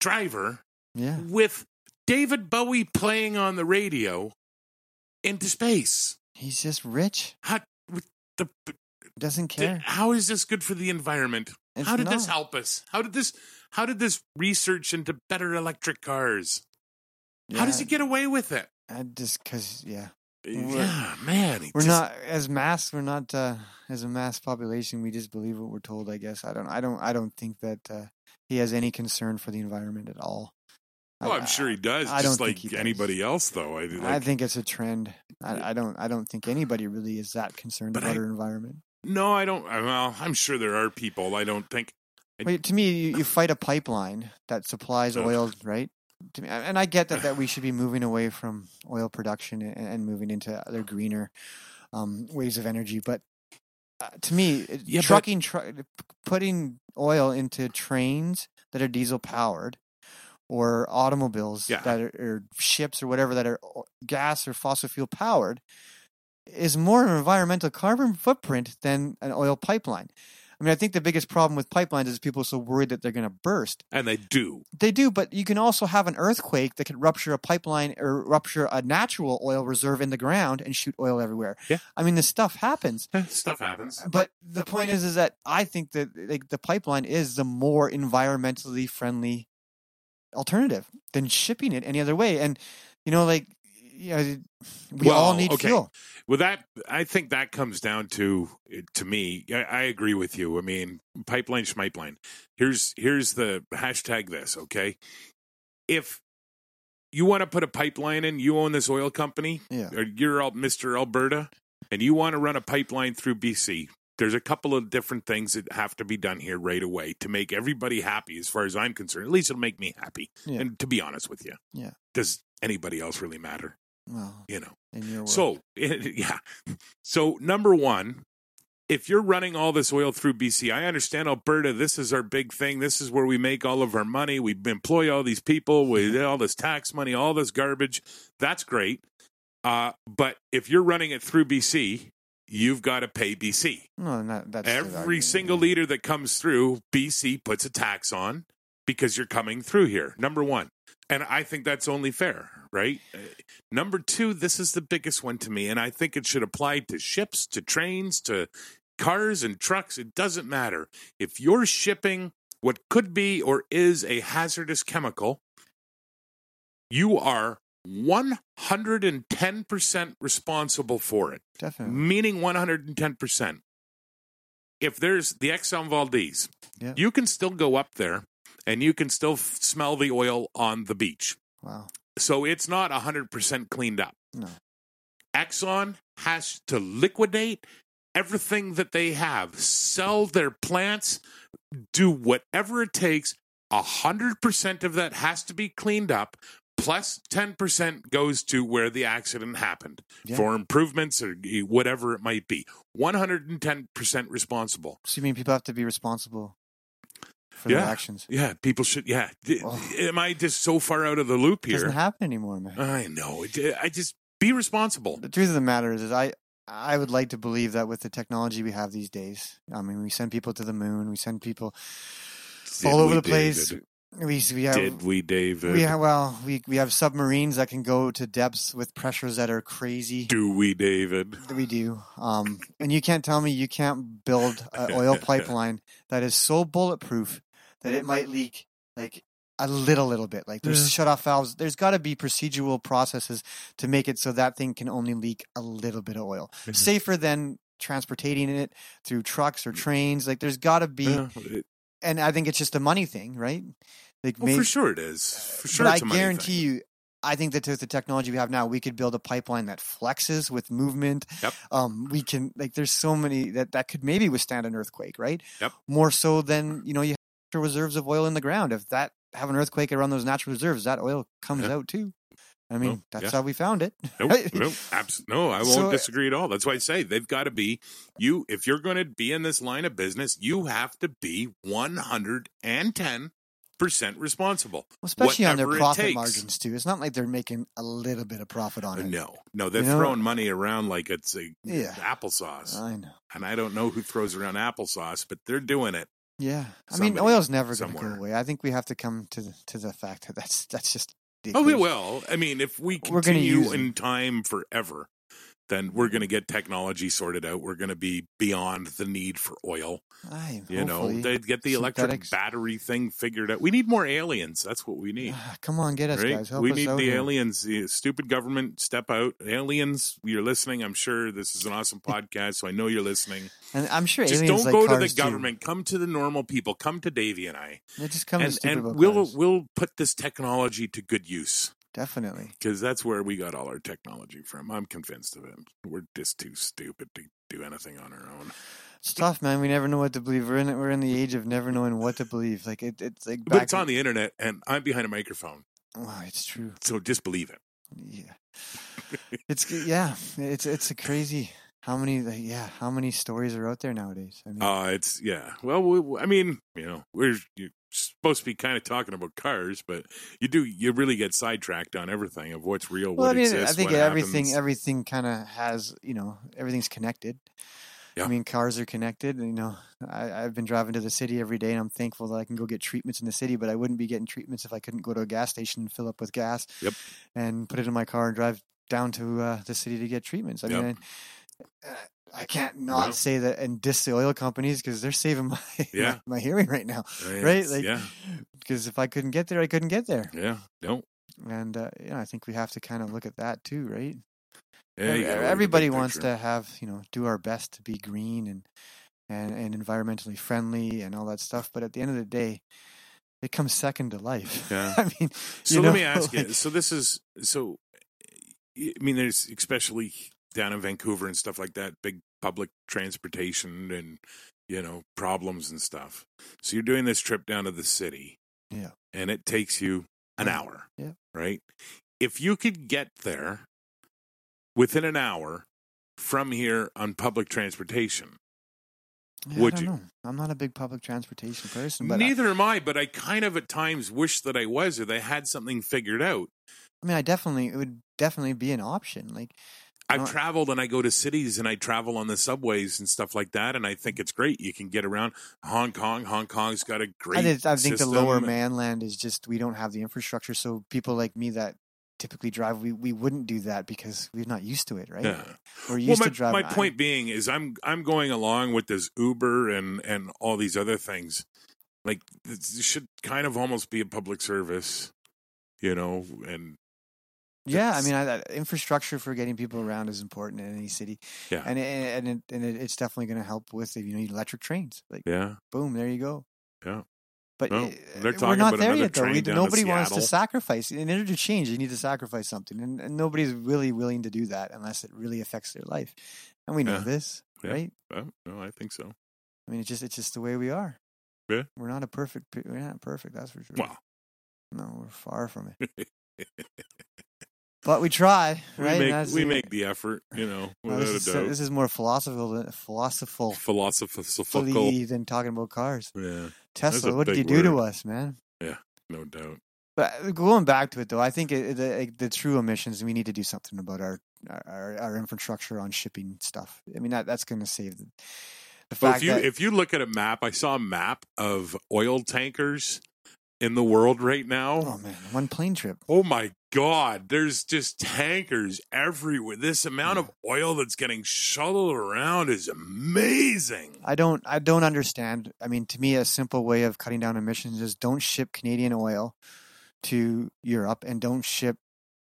Speaker 1: driver
Speaker 2: Yeah.
Speaker 1: with David Bowie playing on the radio into space.
Speaker 2: He's just rich.
Speaker 1: How, with the,
Speaker 2: Doesn't care.
Speaker 1: how is this good for the environment?
Speaker 2: It's
Speaker 1: how did this
Speaker 2: not.
Speaker 1: help us? How did this how did this research into better electric cars? How does
Speaker 2: Yeah,
Speaker 1: he get away with it?
Speaker 2: I just because, yeah. We're-
Speaker 1: Yeah, man. he
Speaker 2: We're
Speaker 1: just-
Speaker 2: not as mass. We're not uh, as a mass population. We just believe what we're told. I guess I don't. I don't. I don't think that uh, he has any concern for the environment at all.
Speaker 1: Oh, I'm sure he does,
Speaker 2: I
Speaker 1: just
Speaker 2: don't
Speaker 1: like
Speaker 2: think he does.
Speaker 1: anybody else though. I, like,
Speaker 2: I think it's a trend. I, I don't. I don't think anybody really is that concerned
Speaker 1: But
Speaker 2: about
Speaker 1: I-
Speaker 2: our environment.
Speaker 1: No, I don't I- well, I'm sure there are people. I don't think I-
Speaker 2: Wait, to me, you, you fight a pipeline that supplies
Speaker 1: Ugh.
Speaker 2: oil, right? To me, and I get that, that we should be moving away from oil production and, and moving into other greener um, ways of energy. But uh, to me, it-
Speaker 1: Yeah, but-
Speaker 2: trucking, tru- putting oil into trains that are diesel powered or automobiles
Speaker 1: Yeah.
Speaker 2: that are or ships or whatever that are o- gas or fossil fuel powered is more of an environmental carbon footprint than an oil pipeline. I mean, I think the biggest problem with pipelines is people are so worried that they're going to burst.
Speaker 1: and they do.
Speaker 2: They do, but you can also have an earthquake that could rupture a pipeline or rupture a natural oil reserve in the ground and shoot oil everywhere.
Speaker 1: Yeah.
Speaker 2: I mean, this stuff happens.
Speaker 1: Stuff happens.
Speaker 2: But the point is, is that I think that like the pipeline is the more environmentally friendly alternative than shipping it any other way. And you know, like you know, we all
Speaker 1: Well,
Speaker 2: need
Speaker 1: okay.
Speaker 2: fuel.
Speaker 1: Well, that I think that comes down to to me. I, I agree with you. I mean, pipeline schmipeline. Here's here's the hashtag. This okay? If you want to put a pipeline in, you own this oil company,
Speaker 2: Yeah,
Speaker 1: or you're Al- Mr. Alberta, and you want to run a pipeline through BC. There's a couple of different things that have to be done here right away to make everybody happy. As far as I'm concerned, at least it'll make me happy.
Speaker 2: Yeah.
Speaker 1: And to be honest with you,
Speaker 2: Yeah.
Speaker 1: does anybody else really matter?
Speaker 2: well,
Speaker 1: You know.
Speaker 2: in your world,
Speaker 1: So, yeah. So, number one, if you're running all this oil through BC, I understand Alberta. This is our big thing. This is where we make all of our money. We employ all these people. We get all this tax money, all this garbage. That's great. Uh, but if you're running it through BC, you've got to pay BC.
Speaker 2: no, not, that's the
Speaker 1: Every
Speaker 2: argument,
Speaker 1: single
Speaker 2: yeah.
Speaker 1: leader that comes through, BC puts a tax on because you're coming through here. Number one. And I think that's only fair, right? Uh, Number two, this is the biggest one to me. And I think it should apply to ships, to trains, to cars and trucks. It doesn't matter. If you're shipping what could be or is a hazardous chemical, you are 110% responsible for it
Speaker 2: definitely.
Speaker 1: meaning 110%. If there's the Exxon Valdez,
Speaker 2: Yeah.
Speaker 1: you can still go up there and you can still f- smell the oil on the beach.
Speaker 2: Wow.
Speaker 1: So it's not 100% cleaned up.
Speaker 2: No.
Speaker 1: Exxon has to liquidate everything that they have, sell their plants, do whatever it takes. 100% of that has to be cleaned up, plus 10% goes to where the accident happened
Speaker 2: Yeah.
Speaker 1: for improvements or whatever it might be. 110% responsible.
Speaker 2: So you mean people have to be responsible for
Speaker 1: Yeah.
Speaker 2: their actions?
Speaker 1: Yeah, people should. Yeah. D-
Speaker 2: Oh.
Speaker 1: Am I just so far out of the loop
Speaker 2: It doesn't
Speaker 1: here?
Speaker 2: happen anymore, man.
Speaker 1: I know. It- I just be responsible.
Speaker 2: the truth of the matter is, is I I would like to believe that with the technology we have these days, I mean, we send people to the moon, we send people all over the place. We we have
Speaker 1: Did we, David?
Speaker 2: we have well, we we have submarines that can go to depths with pressures that are crazy.
Speaker 1: Do we, David?
Speaker 2: We do. Um, and you can't tell me you can't build an oil pipeline that is so bulletproof that it might leak like a little, little bit. Like there's
Speaker 1: Yeah.
Speaker 2: shut off valves. There's got to be procedural processes to make it so that thing can only leak a little bit of oil.
Speaker 1: Mhm.
Speaker 2: Safer than transportating it through trucks or trains. Like there's got to be,
Speaker 1: Yeah, it-
Speaker 2: and I think it's just a money thing, right? Like
Speaker 1: well,
Speaker 2: may-
Speaker 1: Oh, for sure it is. For sure
Speaker 2: but
Speaker 1: it's a
Speaker 2: I
Speaker 1: money thing.
Speaker 2: guarantee you, I think that with the technology we have now, we could build a pipeline that flexes with movement.
Speaker 1: Yep.
Speaker 2: Um, we can like there's so many that that could maybe withstand an earthquake, right?
Speaker 1: Yep.
Speaker 2: More so than you know you have reserves of oil in the ground. If that have an earthquake around those natural reserves, that oil comes
Speaker 1: Yeah.
Speaker 2: out too. I mean,
Speaker 1: Well,
Speaker 2: that's
Speaker 1: yeah.
Speaker 2: how we found it.
Speaker 1: Nope, nope, abs- no, I won't
Speaker 2: So-
Speaker 1: disagree at all. That's why I say they've got to be you. If you're going to be in this line of business, you have to be 110 percent responsible.
Speaker 2: Well, especially on
Speaker 1: Whatever
Speaker 2: their
Speaker 1: it
Speaker 2: profit
Speaker 1: takes.
Speaker 2: margins too. It's not like they're making a little bit of profit on it.
Speaker 1: No, no, they're
Speaker 2: You know-
Speaker 1: throwing money around like it's a
Speaker 2: Yeah. Uh
Speaker 1: applesauce,
Speaker 2: I know.
Speaker 1: and I don't know who throws around applesauce, but they're doing it.
Speaker 2: Yeah, I mean,
Speaker 1: Somebody,
Speaker 2: oil's never going to go
Speaker 1: somewhere.
Speaker 2: away. I think we have to come to the, to the fact that that's that's just.
Speaker 1: Oh, we
Speaker 2: ridiculous.
Speaker 1: will. I mean, if we
Speaker 2: We're gonna use
Speaker 1: continue
Speaker 2: it.
Speaker 1: in time forever, then we're going to get technology sorted out. We're going to be beyond the need for oil.
Speaker 2: Aye,
Speaker 1: You
Speaker 2: hopefully.
Speaker 1: know, they get the electric
Speaker 2: Synthetics.
Speaker 1: battery thing figured out. We need more aliens. That's what we need.
Speaker 2: Ah, Come on, get us
Speaker 1: right?
Speaker 2: guys. Help
Speaker 1: we
Speaker 2: us
Speaker 1: need
Speaker 2: out
Speaker 1: the
Speaker 2: here.
Speaker 1: aliens. The stupid government, step out. Aliens, you're listening. I'm sure this is an awesome podcast, so I know you're listening.
Speaker 2: And I'm sure
Speaker 1: Just
Speaker 2: aliens
Speaker 1: don't
Speaker 2: like
Speaker 1: go to the
Speaker 2: cars, too.
Speaker 1: government. Come to the normal people. Come to Davey and I,
Speaker 2: They just come to
Speaker 1: and,
Speaker 2: stupid
Speaker 1: and
Speaker 2: about
Speaker 1: we'll
Speaker 2: cars.
Speaker 1: we'll put this technology to good use
Speaker 2: definitely.
Speaker 1: because that's where we got all our technology from. I'm convinced of it. We're just too stupid to do anything on our own.
Speaker 2: It's tough, man. We never know what to believe. We're in we're in the age of never knowing what to believe. Like it, it's like
Speaker 1: But
Speaker 2: back.
Speaker 1: it's on the internet, and I'm behind a microphone,
Speaker 2: Oh, it's true.
Speaker 1: so just believe it.
Speaker 2: Yeah, it's yeah. It's it's crazy how many like, yeah how many stories are out there nowadays. I mean,
Speaker 1: Uh, it's yeah. Well, we- we, I mean, you know, we're you're supposed to be kind of talking about cars, but you do you really get sidetracked on everything of what's real,
Speaker 2: well,
Speaker 1: what
Speaker 2: I mean,
Speaker 1: exists,
Speaker 2: I think
Speaker 1: what
Speaker 2: everything
Speaker 1: happens.
Speaker 2: everything kind of has you know everything's connected.
Speaker 1: Yeah.
Speaker 2: I mean, cars are connected. And, you know, I, I've been driving to the city every day, and I'm thankful that I can go get treatments in the city. But I wouldn't be getting treatments if I couldn't go to a gas station and fill up with gas.
Speaker 1: Yep.
Speaker 2: And put it in my car and drive down to uh, the city to get treatments. I mean,
Speaker 1: Yep.
Speaker 2: I, uh, I can't not
Speaker 1: No.
Speaker 2: say that and diss the oil companies because they're saving my,
Speaker 1: Yeah.
Speaker 2: my my hearing right now,
Speaker 1: Yeah,
Speaker 2: right?
Speaker 1: it's-
Speaker 2: Like,
Speaker 1: yeah,
Speaker 2: because if I couldn't get there, I couldn't get there.
Speaker 1: yeah, no,
Speaker 2: And uh, you know, I think we have to kind of look at that too, right?
Speaker 1: yeah, you gotta
Speaker 2: Ev-
Speaker 1: look at the
Speaker 2: everybody
Speaker 1: big
Speaker 2: wants
Speaker 1: picture.
Speaker 2: to have you know do our best to be green and and and environmentally friendly and all that stuff but at the end of the day it comes second to life
Speaker 1: Yeah.
Speaker 2: i mean
Speaker 1: So
Speaker 2: you
Speaker 1: let
Speaker 2: know,
Speaker 1: me ask you.
Speaker 2: like-
Speaker 1: So this is so. I mean, there's especially down in Vancouver and stuff like that, big public transportation and you know problems and stuff. So you're doing this trip down to the city,
Speaker 2: Yeah.
Speaker 1: and it takes you an hour,
Speaker 2: Yeah.
Speaker 1: right? If you could get there within an hour from here on public transportation,
Speaker 2: Yeah,
Speaker 1: would
Speaker 2: I don't
Speaker 1: you?
Speaker 2: know. i'm not a big public transportation person but uh I-
Speaker 1: neither am I. But I kind of at times wish that I was, or they had something figured out.
Speaker 2: I, mean i definitely it would definitely be an option like
Speaker 1: I've
Speaker 2: No.
Speaker 1: traveled and I go to cities and I travel on the subways and stuff like that, and I think it's great. You can get around Hong Kong. Hong Kong's got a great.
Speaker 2: i, did, I think the
Speaker 1: system.
Speaker 2: lower manland is just we don't have the infrastructure so people like me that typically drive we, we wouldn't do that because we're not used to it right
Speaker 1: Yeah.
Speaker 2: we're
Speaker 1: Well,
Speaker 2: used
Speaker 1: my,
Speaker 2: to driving
Speaker 1: my
Speaker 2: I-
Speaker 1: point being is, I'm I'm going along with this Uber and and all these other things. Like this should kind of almost be a public service, you know. And
Speaker 2: Yeah, I
Speaker 1: That's-
Speaker 2: mean, I, that infrastructure for getting people around is important in any city.
Speaker 1: Yeah.
Speaker 2: and it, and it, and it, it's definitely going to help with you know electric trains. Like,
Speaker 1: yeah,
Speaker 2: boom, there you go.
Speaker 1: Yeah.
Speaker 2: But
Speaker 1: No,
Speaker 2: uh,
Speaker 1: they're
Speaker 2: we're
Speaker 1: talking
Speaker 2: not
Speaker 1: about
Speaker 2: there
Speaker 1: another
Speaker 2: yet, though.
Speaker 1: train
Speaker 2: We,
Speaker 1: down to
Speaker 2: nobody wants to
Speaker 1: Seattle.
Speaker 2: sacrifice. In order to change, you need to sacrifice something, and, and nobody's really willing to do that unless it really affects their life. And we know
Speaker 1: Yeah.
Speaker 2: this,
Speaker 1: Yeah.
Speaker 2: right?
Speaker 1: well, no, I think so.
Speaker 2: I mean, it's just it's just the way we are.
Speaker 1: Yeah.
Speaker 2: We're not a perfect. pe- We're not perfect. That's for sure.
Speaker 1: Well,
Speaker 2: no, we're far from it. But we try,
Speaker 1: we
Speaker 2: right? And
Speaker 1: make
Speaker 2: that's
Speaker 1: we
Speaker 2: the-
Speaker 1: make the effort, you know,
Speaker 2: No,
Speaker 1: without
Speaker 2: this, is,
Speaker 1: a doubt.
Speaker 2: this is more philosophical than philosophical
Speaker 1: Philosophical,
Speaker 2: fully than talking about cars.
Speaker 1: yeah, a
Speaker 2: Tesla, what did you
Speaker 1: big
Speaker 2: do to
Speaker 1: word.
Speaker 2: us, man?
Speaker 1: no doubt.
Speaker 2: But uh, going back to it though, I think it, the like, the true emissions we need to do something about our our, our infrastructure on shipping stuff. I mean that that's going to save the,
Speaker 1: But
Speaker 2: the fact
Speaker 1: if you
Speaker 2: that
Speaker 1: if you look at a map, I saw a map of oil tankers in the world right now.
Speaker 2: oh man, one plane trip.
Speaker 1: Oh my God, there's just tankers everywhere. This amount of oil that's getting shuttled around is amazing.
Speaker 2: I don't I don't understand. I mean, to me, a simple way of cutting down emissions is don't ship Canadian oil to Europe and don't ship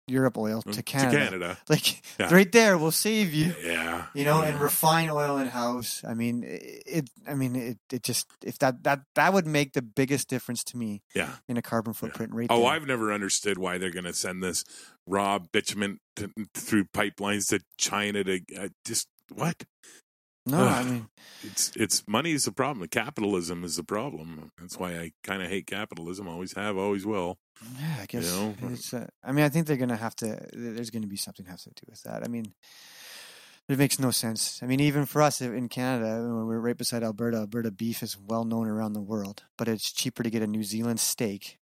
Speaker 2: Europe oil
Speaker 1: Hmm,
Speaker 2: to Canada. Like
Speaker 1: Mm, Yeah.
Speaker 2: right there, will save you.
Speaker 1: Yeah.
Speaker 2: you know, and refine oil in house. I mean, it, it. I mean, it. It just if that that that would make the biggest difference to me
Speaker 1: Yeah.
Speaker 2: in a carbon footprint right
Speaker 1: Oh,
Speaker 2: there.
Speaker 1: I've never understood why they're going to send this raw bitumen to, through pipelines to China to uh, just what?
Speaker 2: no, I
Speaker 1: Ugh.
Speaker 2: mean,
Speaker 1: It's it's money is the problem. Capitalism is the problem. That's why I kind of hate capitalism. Always have, always will.
Speaker 2: yeah, I guess
Speaker 1: know,
Speaker 2: it's. Uh, I mean, I think they're gonna have to. th- There's gonna be something have to do with that. I mean. It makes no sense. I mean, even for us in Canada, we're right beside Alberta. Alberta beef is well known around the world, but it's cheaper to get a New Zealand steak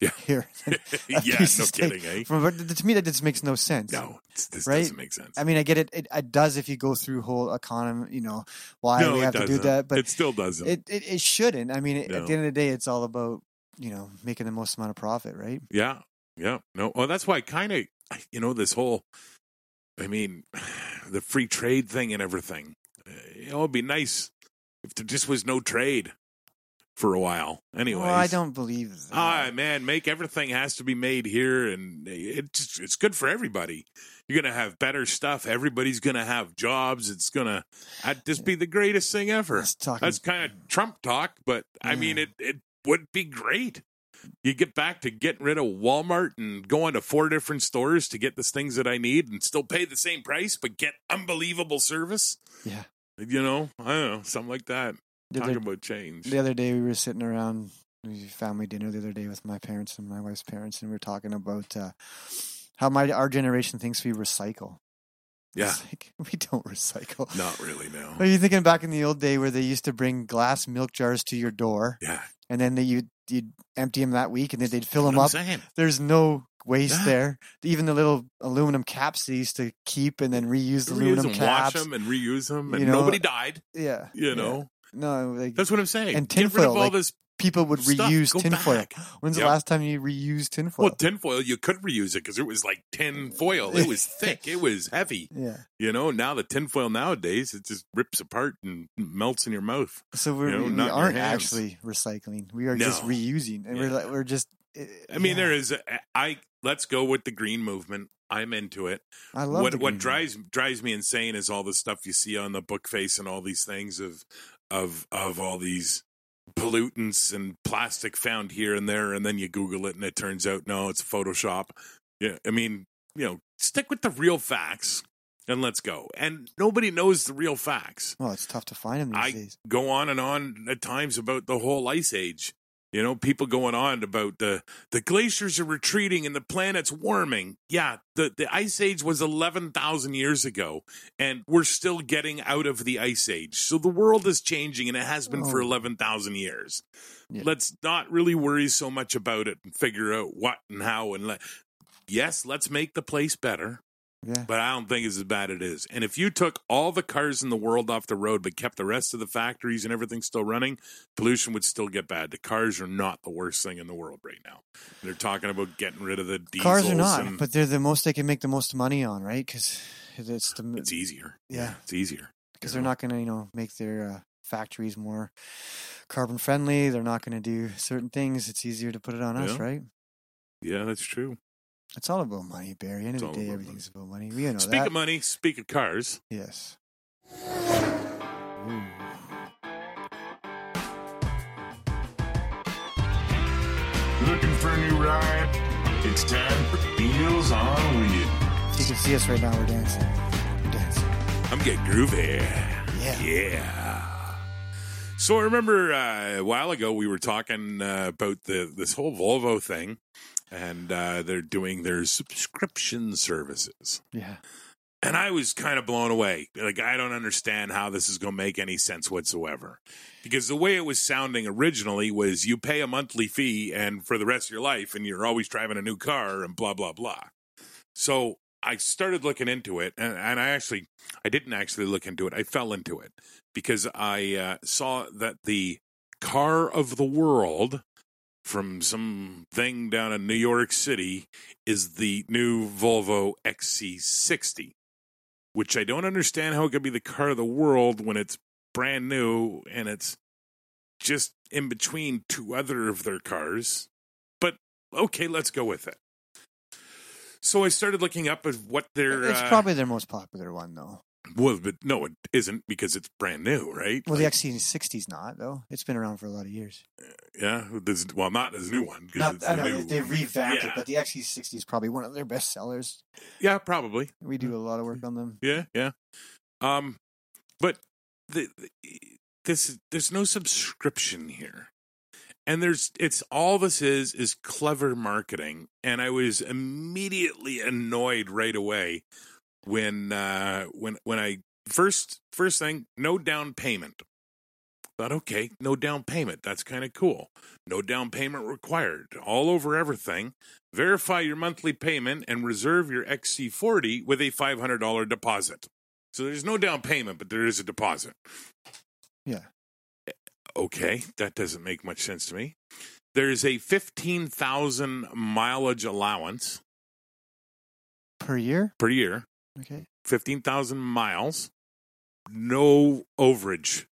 Speaker 1: Yeah.
Speaker 2: here. than a
Speaker 1: yeah,
Speaker 2: piece
Speaker 1: no
Speaker 2: of steak
Speaker 1: kidding, eh?
Speaker 2: From, but to me, that just makes no sense.
Speaker 1: No, it's, this
Speaker 2: Right?
Speaker 1: doesn't make sense.
Speaker 2: I mean, I get it. It, it does if you go through whole economy, you know, why
Speaker 1: no,
Speaker 2: we
Speaker 1: it
Speaker 2: have to
Speaker 1: doesn't.
Speaker 2: do that. But
Speaker 1: it still doesn't.
Speaker 2: it, it, it shouldn't. I mean,
Speaker 1: No.
Speaker 2: at the end of the day, it's all about, you know, making the most amount of profit, right?
Speaker 1: Yeah. Yeah. No. Well, that's why kind of, you know, this whole, I mean, the free trade thing and everything. Uh, You know, it'd be nice if there just was no trade for a while. Anyways.
Speaker 2: Well, I don't believe that.
Speaker 1: Ah, man, make everything has to be made here, and it just, it's good for everybody. You're gonna have better stuff. Everybody's gonna have jobs. It's gonna that'd just be the greatest thing ever.
Speaker 2: That's talking-
Speaker 1: That's kind of Trump talk, but I mean,
Speaker 2: Yeah.
Speaker 1: it it would be great. You get back to getting rid of Walmart and going to four different stores to get the things that I need, and still pay the same price, but get unbelievable service.
Speaker 2: Yeah.
Speaker 1: You know, I don't know, something like that.
Speaker 2: The
Speaker 1: Talking
Speaker 2: other,
Speaker 1: about change.
Speaker 2: the other day, we were sitting around we had family dinner the other day with my parents and my wife's parents, and we were talking about uh, how my our generation thinks we recycle.
Speaker 1: Yeah,
Speaker 2: It's like, we don't recycle.
Speaker 1: not really now.
Speaker 2: Are you thinking back in the old day where they used to bring glass milk jars to your door,
Speaker 1: Yeah,
Speaker 2: and then they, you'd, you'd empty them that week, and then they'd fill
Speaker 1: what
Speaker 2: them
Speaker 1: I'm
Speaker 2: up.
Speaker 1: saying.
Speaker 2: There's no waste
Speaker 1: Yeah.
Speaker 2: there. Even the little aluminum caps they used to keep and then reuse
Speaker 1: reuse
Speaker 2: the aluminum
Speaker 1: them,
Speaker 2: caps.
Speaker 1: wash them, and reuse them, and
Speaker 2: You know,
Speaker 1: nobody died.
Speaker 2: Yeah,
Speaker 1: You
Speaker 2: yeah.
Speaker 1: know,
Speaker 2: No, like,
Speaker 1: that's what I'm saying.
Speaker 2: And
Speaker 1: Get rid
Speaker 2: tinfoil,
Speaker 1: of all
Speaker 2: like,
Speaker 1: this
Speaker 2: people would
Speaker 1: stuff.
Speaker 2: reuse
Speaker 1: Go
Speaker 2: tinfoil.
Speaker 1: back.
Speaker 2: When's
Speaker 1: Yep.
Speaker 2: the last time you reused tinfoil?
Speaker 1: Well, tinfoil, you could reuse it because it was like tin foil. It was thick. It was heavy.
Speaker 2: yeah.
Speaker 1: You know, now the tinfoil nowadays, it just rips apart and melts in your mouth.
Speaker 2: So we're,
Speaker 1: You know,
Speaker 2: we-
Speaker 1: not
Speaker 2: we
Speaker 1: in your
Speaker 2: aren't
Speaker 1: hands.
Speaker 2: actually recycling. We are just
Speaker 1: No.
Speaker 2: reusing, and we're
Speaker 1: Yeah.
Speaker 2: like we're just. eh,
Speaker 1: I mean, there is, a, I, let's go with the green movement. I'm into it.
Speaker 2: I love
Speaker 1: what
Speaker 2: the
Speaker 1: what
Speaker 2: green
Speaker 1: drives drives me insane is all the stuff you see on the book face and all these things of of of all these pollutants and plastic found here and there and then you google it and it turns out no it's photoshop yeah i mean you know stick with the real facts and let's go and nobody knows the real facts
Speaker 2: one. Well, it's tough to find them these
Speaker 1: I-
Speaker 2: days.
Speaker 1: go on and on at times about the whole ice age you know people going on about the the glaciers are retreating and the planet's warming yeah the the ice age was 11,000 years ago and we're still getting out of the ice age so the world is changing and it has been for
Speaker 2: Oh.
Speaker 1: 11,000 years
Speaker 2: Yeah.
Speaker 1: let's not really worry so much about it and figure out what and how and let yes let's make the place better
Speaker 2: Yeah,
Speaker 1: but I don't think it's as bad it is. And if you took all the cars in the world off the road but kept the rest of the factories and everything still running, pollution would still get bad. The cars are not the worst thing in the world right now. They're talking about getting rid of the diesels.
Speaker 2: cars are not,
Speaker 1: and
Speaker 2: but they're the most they can make the most money on, right? Because it's the
Speaker 1: it's easier.
Speaker 2: Yeah.
Speaker 1: it's easier.
Speaker 2: because they're not going to you know make their uh, factories more carbon friendly. They're not going to do certain things. It's easier to put it on us,
Speaker 1: Yeah.
Speaker 2: right?
Speaker 1: Yeah, that's true.
Speaker 2: It's all about money, Barry. End
Speaker 1: It's
Speaker 2: of
Speaker 1: all
Speaker 2: the day,
Speaker 1: about
Speaker 2: everything's about money. We know
Speaker 1: speak
Speaker 2: that.
Speaker 1: of money, speak of cars.
Speaker 2: yes.
Speaker 1: Looking for a new ride? It's time for Deals on Wheels.
Speaker 2: You can see us right now. We're dancing. We're dancing.
Speaker 1: I'm getting groovy.
Speaker 2: Yeah.
Speaker 1: Yeah. So I remember uh, a while ago we were talking uh, about the this whole Volvo thing, and uh, they're doing their subscription services.
Speaker 2: Yeah.
Speaker 1: And I was kind of blown away. Like I don't understand how this is going to make any sense whatsoever, because the way it was sounding originally was you pay a monthly fee and for the rest of your life, and you're always driving a new car and blah blah blah. So I started looking into it, and, and I actually I didn't actually look into it. I fell into it because I uh, saw that the car of the world from some thing down in New York City is the new Volvo XC60, which I don't understand how it could be the car of the world when it's brand new and it's just in between two other of their cars. But okay, let's go with it. So I started looking up at what their
Speaker 2: It's
Speaker 1: uh,
Speaker 2: probably their most popular one, though.
Speaker 1: well, but no, it isn't because it's brand new, right?
Speaker 2: Well, the
Speaker 1: Like,
Speaker 2: XC60's not, though. It's been around for a lot of years.
Speaker 1: yeah, this, well, not this new one. 'cause it's the new-
Speaker 2: revamped
Speaker 1: yeah.
Speaker 2: the XC60 is probably one of their best sellers.
Speaker 1: yeah, probably.
Speaker 2: We do a lot of work on them.
Speaker 1: Yeah, yeah. Um, but the, the- this there's no subscription here, and there's it's all this is is clever marketing, and I was immediately annoyed right away when uh when when I first first thing no down payment. Thought, okay, no down payment. That's kind of cool. No down payment required. All over everything. Verify your monthly payment and reserve your XC40 with a $500 deposit. So there's no down payment, but there is a deposit.
Speaker 2: Yeah.
Speaker 1: Okay, that doesn't make much sense to me. There's a 15,000 mileage allowance
Speaker 2: Per year?
Speaker 1: per year,
Speaker 2: Okay.
Speaker 1: 15,000 miles, no overage.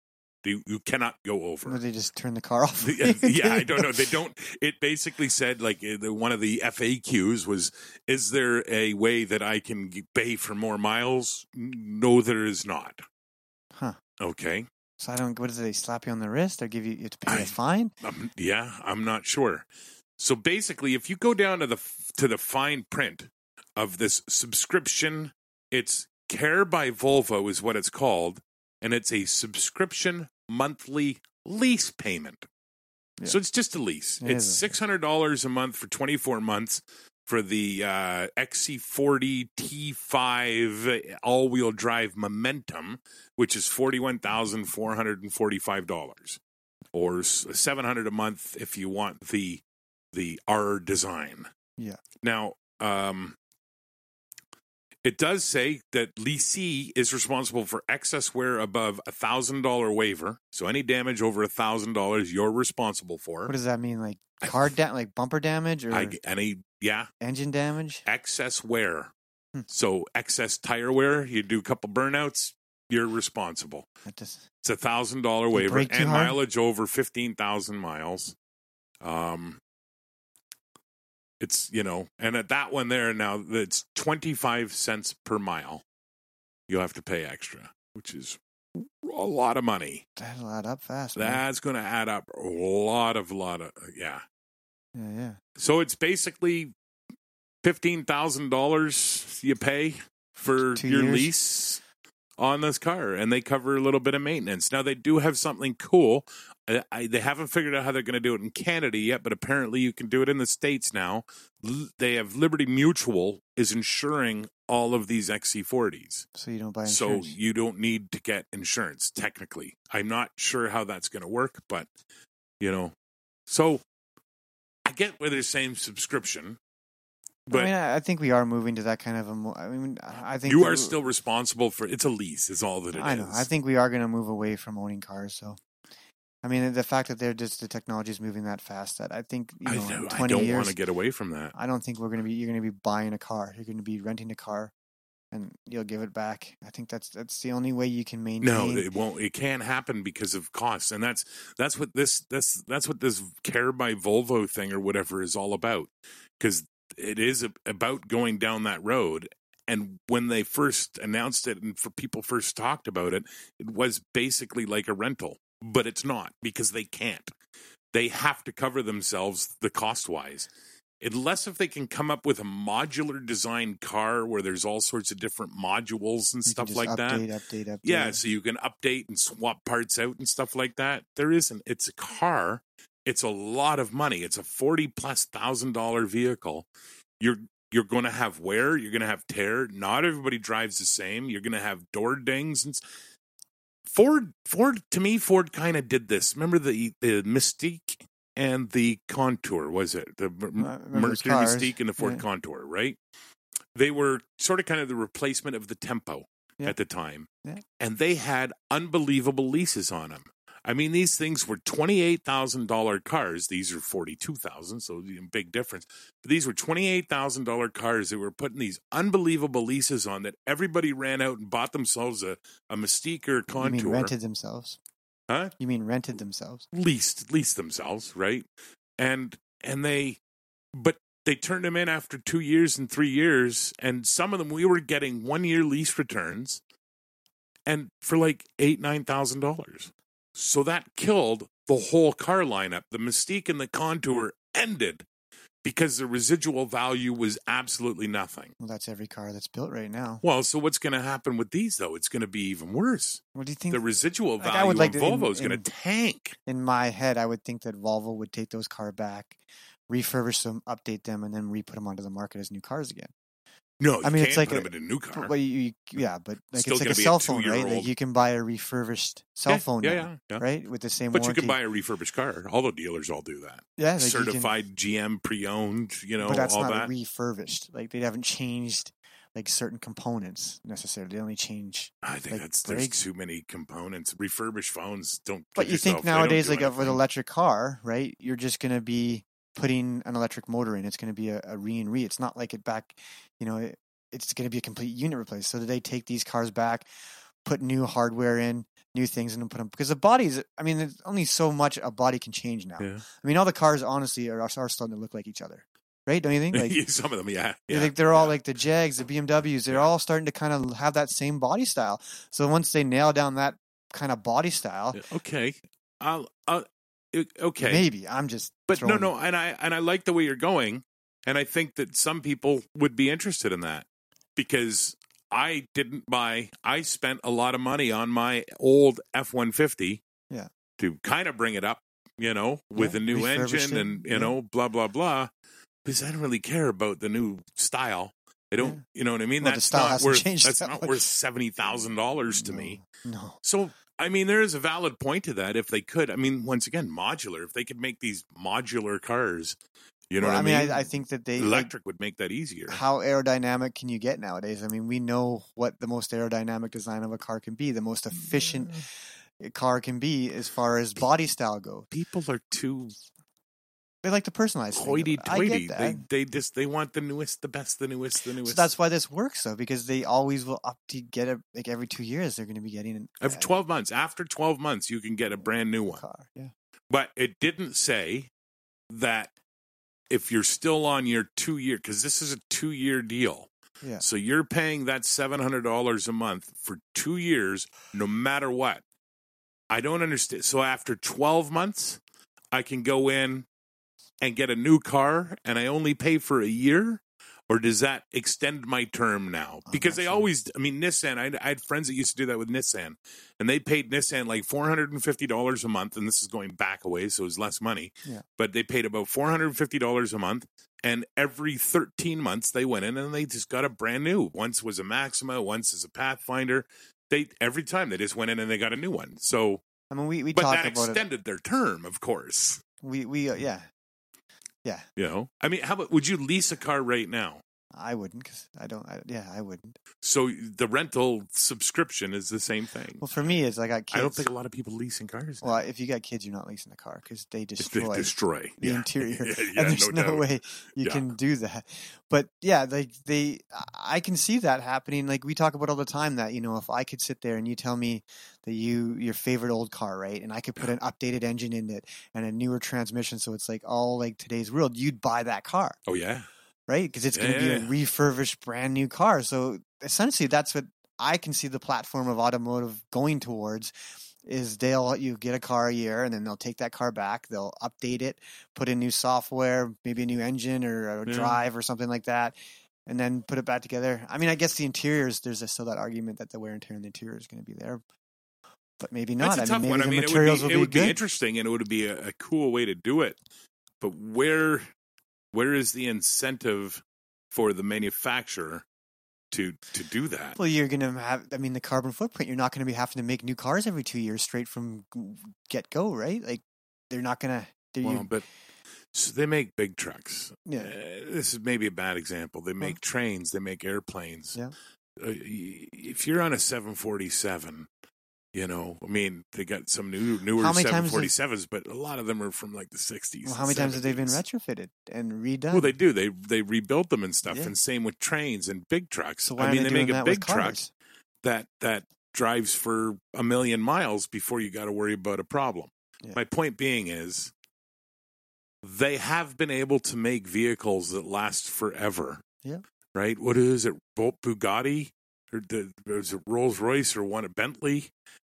Speaker 1: You, you cannot go over.
Speaker 2: Or they just turn the car off.
Speaker 1: yeah, yeah, I don't know. They don't. It basically said like uh, the, one of the FAQs was: Is there a way that I can g- pay for more miles? No, there is not.
Speaker 2: Huh.
Speaker 1: Okay.
Speaker 2: So I don't. What do they slap you on the wrist or give you? You have to pay
Speaker 1: I-
Speaker 2: a fine.
Speaker 1: Um, yeah, I'm not sure. So basically, if you go down to the f- to the fine print of this subscription, it's Care by Volvo is what it's called, and it's a subscription monthly lease payment.
Speaker 2: Yeah.
Speaker 1: So it's just a lease.
Speaker 2: It
Speaker 1: it's
Speaker 2: is a-
Speaker 1: six hundred dollars a month for twenty four months for the uh, XC40 T5 all wheel drive Momentum, which is forty one thousand four hundred and forty five dollars or s- 700 a month if you want the the R design.
Speaker 2: Yeah.
Speaker 1: Now, um it does say that leasee is responsible for excess wear above a thousand dollar waiver. So any damage over a thousand dollars, you're responsible for.
Speaker 2: What does that mean? Like car da- like bumper damage or
Speaker 1: er I, any yeah,
Speaker 2: engine damage?
Speaker 1: excess wear.
Speaker 2: Hmm.
Speaker 1: So excess tire wear, you do a couple burnouts, you're responsible.
Speaker 2: That just
Speaker 1: It's a thousand dollar waiver
Speaker 2: brake
Speaker 1: and
Speaker 2: too hard?
Speaker 1: mileage over fifteen thousand miles. Um, it's you know, and at that one there now, it's twenty five cents per mile. You have to pay extra, which is a lot of money.
Speaker 2: that'll add up fast. man.
Speaker 1: That's going to add up a lot of lot of yeah.
Speaker 2: Yeah, yeah.
Speaker 1: So it's basically fifteen thousand dollars you pay for
Speaker 2: Two
Speaker 1: your
Speaker 2: years.
Speaker 1: lease on this car, and they cover a little bit of maintenance. Now they do have something cool. I, I, they haven't figured out how they're going to do it in Canada yet, but apparently you can do it in the states now. L- they have Liberty Mutual is insuring all of these XC40s,
Speaker 2: So you don't buy
Speaker 1: so
Speaker 2: insurance.
Speaker 1: you don't need to get insurance. Technically, I'm not sure how that's going to work, but you know, so I get where they're saying subscription,
Speaker 2: I
Speaker 1: but
Speaker 2: mean, I, I think we are moving to that kind of a. Mo- I mean, I I think
Speaker 1: you
Speaker 2: that
Speaker 1: are
Speaker 2: we-
Speaker 1: still responsible for it's a lease is all that it is.
Speaker 2: I know. I think we are going to move away from owning cars. So, I mean, the fact that they're just the technology is moving that fast that I think you
Speaker 1: I
Speaker 2: know,
Speaker 1: know-
Speaker 2: in
Speaker 1: I
Speaker 2: twenty
Speaker 1: don't
Speaker 2: years,
Speaker 1: want to get away from that.
Speaker 2: I don't think we're going to be. You're going to be buying a car. You're going to be renting a car, and you'll give it back. I think that's that's the only way you can maintain.
Speaker 1: No, it won't. It can't happen because of costs, and that's that's what this that's that's what this care by Volvo thing or whatever is all about. Because it is ab- about going down that road. And when they first announced it, and for people first talked about it, it was basically like a rental, but it's not because they can't. They have to cover themselves the cost wise. Unless if they can come up with a modular design car where there's all sorts of different modules and
Speaker 2: You can
Speaker 1: stuff
Speaker 2: just
Speaker 1: like that.
Speaker 2: update, Update, update,
Speaker 1: Yeah, so you can update and swap parts out and stuff like that. There isn't. It's a car. It's a lot of money. It's a forty plus thousand dollar vehicle. You're you're going to have wear. You're going to have tear. Not everybody drives the same. You're going to have door dings and. s- Ford, Ford, to me, Ford kind of did this. Remember the the Mystique and the Contour, was it the m-
Speaker 2: I remember those
Speaker 1: Mercury
Speaker 2: cars.
Speaker 1: Mystique and the Ford
Speaker 2: Yeah.
Speaker 1: Contour, right? They were sort of kind of the replacement of the Tempo
Speaker 2: Yeah.
Speaker 1: at the time,
Speaker 2: Yeah.
Speaker 1: and they had unbelievable leases on them. I mean, these things were twenty eight thousand dollar cars. These are forty two thousand, so you know, big difference. But these were twenty eight thousand dollar cars that were putting these unbelievable leases on that everybody ran out and bought themselves a a Mystique or
Speaker 2: You mean
Speaker 1: Contour,
Speaker 2: rented themselves?
Speaker 1: huh?
Speaker 2: You mean rented themselves?
Speaker 1: leased leased themselves, right? And and they but they turned them in after 2 years and 3 years and some of them we were getting 1 year lease returns and for like 8 9000 dollars. So that killed the whole car lineup. The Mystique and the Contour ended because the residual value was absolutely nothing.
Speaker 2: Well, that's every car that's built right now.
Speaker 1: Well, so what's going to happen with these though? It's going to be even worse.
Speaker 2: What do you think?
Speaker 1: The residual
Speaker 2: Like, I
Speaker 1: value
Speaker 2: would like
Speaker 1: of
Speaker 2: to- in-
Speaker 1: Volvo is going
Speaker 2: in-
Speaker 1: to tank.
Speaker 2: in my head, I would think that Volvo would take those car back, refurbish them, update them, and then re-put them onto the market as new cars again.
Speaker 1: No,
Speaker 2: I mean,
Speaker 1: can't
Speaker 2: it's like
Speaker 1: put
Speaker 2: a-
Speaker 1: them in a new car.
Speaker 2: But you, you yeah, but like
Speaker 1: Still
Speaker 2: it's like
Speaker 1: gonna
Speaker 2: a
Speaker 1: be a
Speaker 2: cell phone, right?
Speaker 1: two-year-old.
Speaker 2: Like you can buy a refurbished cell
Speaker 1: Yeah,
Speaker 2: phone,
Speaker 1: yeah,
Speaker 2: now,
Speaker 1: yeah, yeah.
Speaker 2: right, with the same
Speaker 1: But you
Speaker 2: warranty.
Speaker 1: can buy a refurbished car. All the dealers all do that.
Speaker 2: yeah, like you can-
Speaker 1: Certified GM, pre-owned, you know,
Speaker 2: but that's
Speaker 1: all
Speaker 2: not
Speaker 1: that.
Speaker 2: refurbished. Like they haven't changed like certain components necessarily. They only change.
Speaker 1: I think
Speaker 2: like,
Speaker 1: that's there's
Speaker 2: break-
Speaker 1: too many components. Refurbished phones don't.
Speaker 2: But
Speaker 1: kid
Speaker 2: you think
Speaker 1: yourself, they don't
Speaker 2: nowadays,
Speaker 1: do
Speaker 2: like of an
Speaker 1: anything.
Speaker 2: electric car, right? You're just gonna be putting an electric motor in. It's gonna be a, a re and re. It's not like it back. You know, it, it's gonna be a complete unit replaced. So do they take these cars back, put new hardware in, new things, and then put them because the bodies. I mean, there's only so much a body can change now.
Speaker 1: Yeah.
Speaker 2: I mean, all the cars honestly are, are starting to look like each other, right? Don't you think? Like
Speaker 1: some of them, yeah,
Speaker 2: They're
Speaker 1: yeah.
Speaker 2: Like they're all like the Jags, the BMWs. They're all starting to kind of have that same body style. So once they nail down that kind of body style,
Speaker 1: Yeah, okay. I'll, I'll it- okay.
Speaker 2: maybe I'm just.
Speaker 1: but no,
Speaker 2: throwing-
Speaker 1: no, and I and I like the way you're going, and I think that some people would be interested in that because I didn't buy. I spent a lot of money on my old F one fifty.
Speaker 2: Yeah.
Speaker 1: To kind of bring it up, you know, with
Speaker 2: Yeah,
Speaker 1: a new
Speaker 2: refurbish
Speaker 1: engine
Speaker 2: it,
Speaker 1: and you
Speaker 2: yeah.
Speaker 1: know, blah blah blah. Because I don't really care about the new style. I don't,
Speaker 2: Yeah.
Speaker 1: you know what I mean.
Speaker 2: Well, the
Speaker 1: that's
Speaker 2: style
Speaker 1: not
Speaker 2: hasn't
Speaker 1: worth.
Speaker 2: changed
Speaker 1: That's
Speaker 2: that
Speaker 1: not
Speaker 2: much.
Speaker 1: worth seventy thousand dollars to
Speaker 2: No,
Speaker 1: me.
Speaker 2: No,
Speaker 1: So, I mean, there is a valid point to that if they could. I mean, once again, modular. If they could make these modular cars, you know
Speaker 2: Well,
Speaker 1: what I mean?
Speaker 2: I, I think that they like,
Speaker 1: Electric would make that easier.
Speaker 2: how aerodynamic can you get nowadays? I mean, we know what the most aerodynamic design of a car can be, the most efficient car can be as far as body style go.
Speaker 1: People are too
Speaker 2: They like to personalize. things. I
Speaker 1: hoity-toity.
Speaker 2: get that.
Speaker 1: They they just they want the newest, the best, the newest, the newest.
Speaker 2: so that's why this works though, because they always will up to get a, like every two years they're going to be getting an,
Speaker 1: Of
Speaker 2: a
Speaker 1: twelve months, after twelve months, you can get a brand new one.
Speaker 2: car. Yeah.
Speaker 1: But it didn't say that if you're still on your two year, because this is a two year deal.
Speaker 2: Yeah.
Speaker 1: So you're paying that $700 a month for two years, no matter what. I don't understand. So after 12 months, I can go in and get a new car and I only pay for a year? Or does that extend my term now?
Speaker 2: I'm
Speaker 1: Because
Speaker 2: not
Speaker 1: they
Speaker 2: sure.
Speaker 1: always, I mean, Nissan, I, I had friends that used to do that with Nissan and they paid Nissan like $450 a month. And this is going back a ways, so it was less money.
Speaker 2: Yeah.
Speaker 1: But they paid about $450 a month and every 13 months they went in and they just got a brand new once was a maxima once is a pathfinder they every time they just went in and they got a new one so
Speaker 2: I mean, we we
Speaker 1: but
Speaker 2: talk
Speaker 1: that
Speaker 2: about it.
Speaker 1: extended their term of course
Speaker 2: We we uh, yeah, yeah.
Speaker 1: you know i mean how about would you lease a car right now
Speaker 2: I wouldn't because I don't. I, yeah, I wouldn't.
Speaker 1: so the rental subscription is the same thing
Speaker 2: Well, for me, it's I got kids.
Speaker 1: i don't think a lot of people leasing cars now.
Speaker 2: well, if you got kids, you're not leasing a car because they
Speaker 1: they
Speaker 2: destroy
Speaker 1: destroy
Speaker 2: the
Speaker 1: yeah.
Speaker 2: interior,
Speaker 1: yeah, yeah,
Speaker 2: and there's no,
Speaker 1: doubt.
Speaker 2: way you
Speaker 1: Yeah.
Speaker 2: can do that. But yeah, like they, I can see that happening. Like we talk about all the time that you know, if I could sit there and you tell me that you your favorite old car, right, and I could put an updated engine in it and a newer transmission, so it's like all like today's world, you'd buy that car.
Speaker 1: oh yeah
Speaker 2: right? Because it's going to be
Speaker 1: Yeah.
Speaker 2: a refurbished, brand new car. So essentially, that's what I can see the platform of automotive going towards. Is they'll let you get a car a year, and then they'll take that car back. They'll update it, put in new software, maybe a new engine or a
Speaker 1: Yeah.
Speaker 2: drive or something like that, and then put it back together. I mean, I guess the interiors. There's still that argument that the wear and tear in the interior is going to be there, but maybe not.
Speaker 1: That's a
Speaker 2: I
Speaker 1: tough
Speaker 2: mean, maybe
Speaker 1: one.
Speaker 2: the
Speaker 1: I mean, it would
Speaker 2: materials
Speaker 1: be, it
Speaker 2: will
Speaker 1: would be
Speaker 2: good.
Speaker 1: interesting, and it would be a, a cool way to do it. But where where is the incentive for the manufacturer to to do that?
Speaker 2: Well, you're going to have, I mean, the carbon footprint, you're not going to be having to make new cars every two years straight from get go, right? Like, they're not going to, they're,
Speaker 1: Well, but so they make big trucks. Uh,
Speaker 2: yeah.
Speaker 1: this is maybe a bad example. They make trains. They make airplanes.
Speaker 2: Yeah.
Speaker 1: Uh, y- if you're on a 747, you know, I mean, they got some new newer
Speaker 2: How many times have-
Speaker 1: 747s, but a lot of them are from like the 60s.
Speaker 2: Well, how many times have they been
Speaker 1: 70s.
Speaker 2: retrofitted and redone?
Speaker 1: Well, they do. They they rebuild them and stuff,
Speaker 2: Yeah.
Speaker 1: and same with trains and big trucks.
Speaker 2: so why
Speaker 1: I mean,
Speaker 2: aren't
Speaker 1: they
Speaker 2: they, doing
Speaker 1: make a
Speaker 2: that with
Speaker 1: big truck
Speaker 2: cars?
Speaker 1: that that drives for a million miles before you got to worry about a problem.
Speaker 2: Yeah.
Speaker 1: My point being is, they have been able to make vehicles that last forever.
Speaker 2: Yeah.
Speaker 1: Right. What is it? Bolt Bugatti or the was it Rolls Royce or one at Bentley?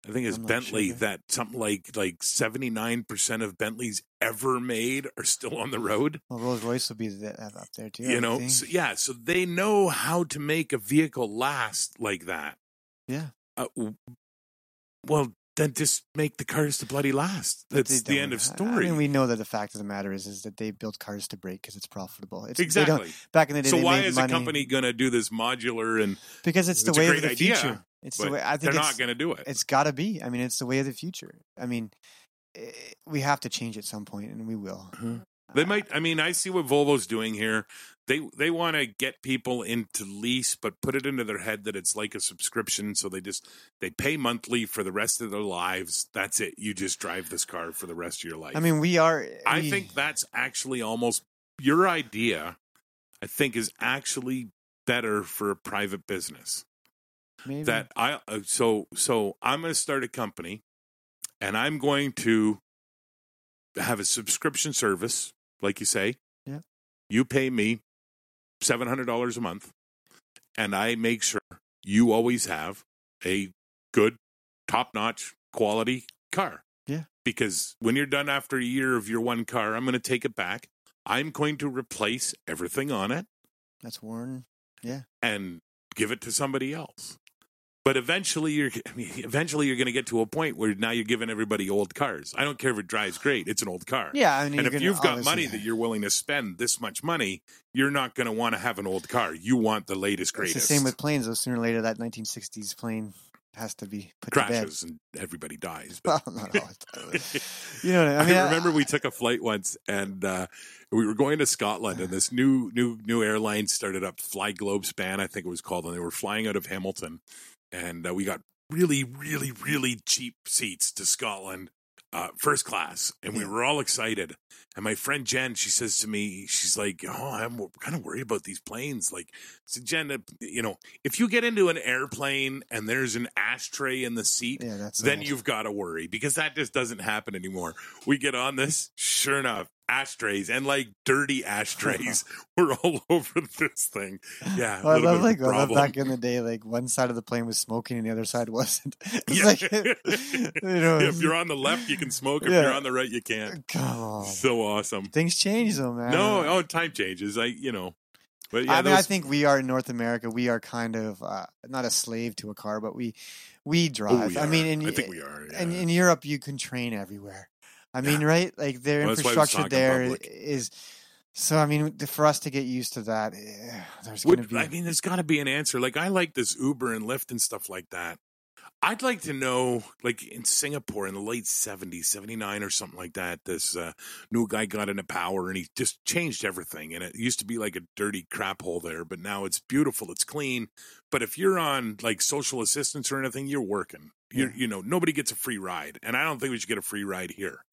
Speaker 1: I think it's
Speaker 2: I'm not sure,
Speaker 1: Bentley
Speaker 2: yeah.
Speaker 1: that something like like seventy nine percent of Bentleys ever made are still on the road
Speaker 2: Well, Rolls Royce would be the, up there too. I
Speaker 1: you
Speaker 2: would
Speaker 1: know
Speaker 2: think.
Speaker 1: so, yeah so they know how to make a vehicle last like that
Speaker 2: Yeah.
Speaker 1: uh, w- well then just make the cars to bloody last.
Speaker 2: But
Speaker 1: That's
Speaker 2: they
Speaker 1: the end
Speaker 2: don't.
Speaker 1: of
Speaker 2: I- I
Speaker 1: story.
Speaker 2: mean, we know that the fact of the matter is, is that they build cars to break because it's profitable. It's, they don't-
Speaker 1: exactly.
Speaker 2: Back in the day,
Speaker 1: So
Speaker 2: they
Speaker 1: why
Speaker 2: made
Speaker 1: is
Speaker 2: money
Speaker 1: a company going to do this modular and
Speaker 2: because it's the
Speaker 1: It's a
Speaker 2: way of
Speaker 1: great
Speaker 2: the
Speaker 1: idea,
Speaker 2: future. It's the
Speaker 1: but
Speaker 2: way I
Speaker 1: they're
Speaker 2: think
Speaker 1: not
Speaker 2: it's,
Speaker 1: going to do it?
Speaker 2: it's got to be. I mean, it's the way of the future. I mean, eh, we have to change at some point, and we will.
Speaker 1: Mm-hmm.
Speaker 2: Uh,
Speaker 1: They might. I mean, I see what Volvo's doing here. They they want to get people into lease, but put it into their head that it's like a subscription. So they just they pay monthly for the rest of their lives. That's it. You just drive this car for the rest of your life.
Speaker 2: I mean, we are.
Speaker 1: I
Speaker 2: we-
Speaker 1: think that's actually almost your idea. I think is actually better for a private business.
Speaker 2: maybe.
Speaker 1: That I uh, so so I'm going to start a company, and I'm going to have a subscription service, like you say.
Speaker 2: Yeah.
Speaker 1: You pay me seven hundred dollars a month, and I make sure you always have a good, top notch quality car.
Speaker 2: Yeah.
Speaker 1: Because when you're done after a year of your one car, I'm going to take it back. I'm going to replace everything on it
Speaker 2: that's Warren.
Speaker 1: and give it to somebody else. But eventually, you're I mean, eventually you're going to get to a point where now you're giving everybody old cars. I don't care if it drives great; it's an old car.
Speaker 2: Yeah, I mean,
Speaker 1: and
Speaker 2: you're
Speaker 1: if
Speaker 2: gonna
Speaker 1: you've got
Speaker 2: obviously-
Speaker 1: money that you're willing to spend this much money, you're not going to want to have an old car. You want the latest,
Speaker 2: it's
Speaker 1: greatest.
Speaker 2: the same with planes. Though sooner or later, that 1960s plane has to be put
Speaker 1: crashes and everybody dies.
Speaker 2: to bed.
Speaker 1: But
Speaker 2: Well, not all the time. You know what I mean?
Speaker 1: I remember we took a flight once, and uh, we were going to Scotland, and this new new new airline started up, Fly Globe Span, I think it was called, and they were flying out of Hamilton, and uh, we got really, really, really cheap seats to Scotland, uh, first class, and we
Speaker 2: Yeah.
Speaker 1: were all excited. And my friend Jen, she says to me, she's like, "Oh, I'm kind of worried about these planes. Like, I said, Jen, uh, you know, if you get into an airplane and there's an ashtray in the seat."
Speaker 2: yeah, that's
Speaker 1: then
Speaker 2: old.
Speaker 1: you've got to worry because that just doesn't happen anymore. We get on this, sure enough, ashtrays and like dirty ashtrays were all over this thing. Yeah, a
Speaker 2: Well, I
Speaker 1: little
Speaker 2: love
Speaker 1: bit
Speaker 2: like
Speaker 1: of a
Speaker 2: I love
Speaker 1: problem.
Speaker 2: back in the day, like one side of the plane was smoking and the other side wasn't. It's
Speaker 1: Yeah.
Speaker 2: like you know,
Speaker 1: if you're on the left, you can smoke. If
Speaker 2: Yeah.
Speaker 1: you're on the right, you can't.
Speaker 2: come on,
Speaker 1: So awesome.
Speaker 2: things change though, man.
Speaker 1: No, oh, time changes. I, you know, but yeah,
Speaker 2: I mean, I
Speaker 1: those-
Speaker 2: think we are in North America. We are kind of uh, not a slave to a car, but we we
Speaker 1: oh,
Speaker 2: drive.
Speaker 1: we
Speaker 2: I
Speaker 1: are.
Speaker 2: mean, in,
Speaker 1: I think we are. Yeah.
Speaker 2: in, in Europe, you can train everywhere. I mean, right? Like their
Speaker 1: Well, that's why it was
Speaker 2: infrastructure
Speaker 1: Czech
Speaker 2: there is.
Speaker 1: Republic.
Speaker 2: So I mean, for us to get used to that, eh, there's going to
Speaker 1: Would,
Speaker 2: be.
Speaker 1: I mean, there's got to be an answer. Like, I like this Uber and Lyft and stuff like that. I'd like to know, like in Singapore in the late 70s, 79 or something like that, this uh, new guy got into power and he just changed everything. And it used to be like a dirty crap hole there, but now it's beautiful, it's clean. But if you're on like social assistance or anything, you're working. You're,
Speaker 2: Yeah.
Speaker 1: You know, nobody gets a free ride. And I don't think we should get a free ride here.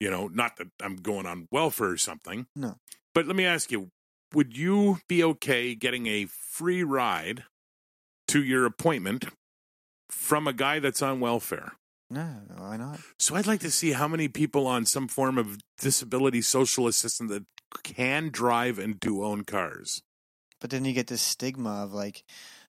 Speaker 1: You know, not that I'm going on welfare or something.
Speaker 2: No.
Speaker 1: But let me ask you would you be okay getting a free ride to your appointment from a guy that's on welfare?
Speaker 2: no, no, why not?
Speaker 1: So I'd like to see how many people on some form of disability social assistance that can drive and do own cars.
Speaker 2: But then you get this stigma of like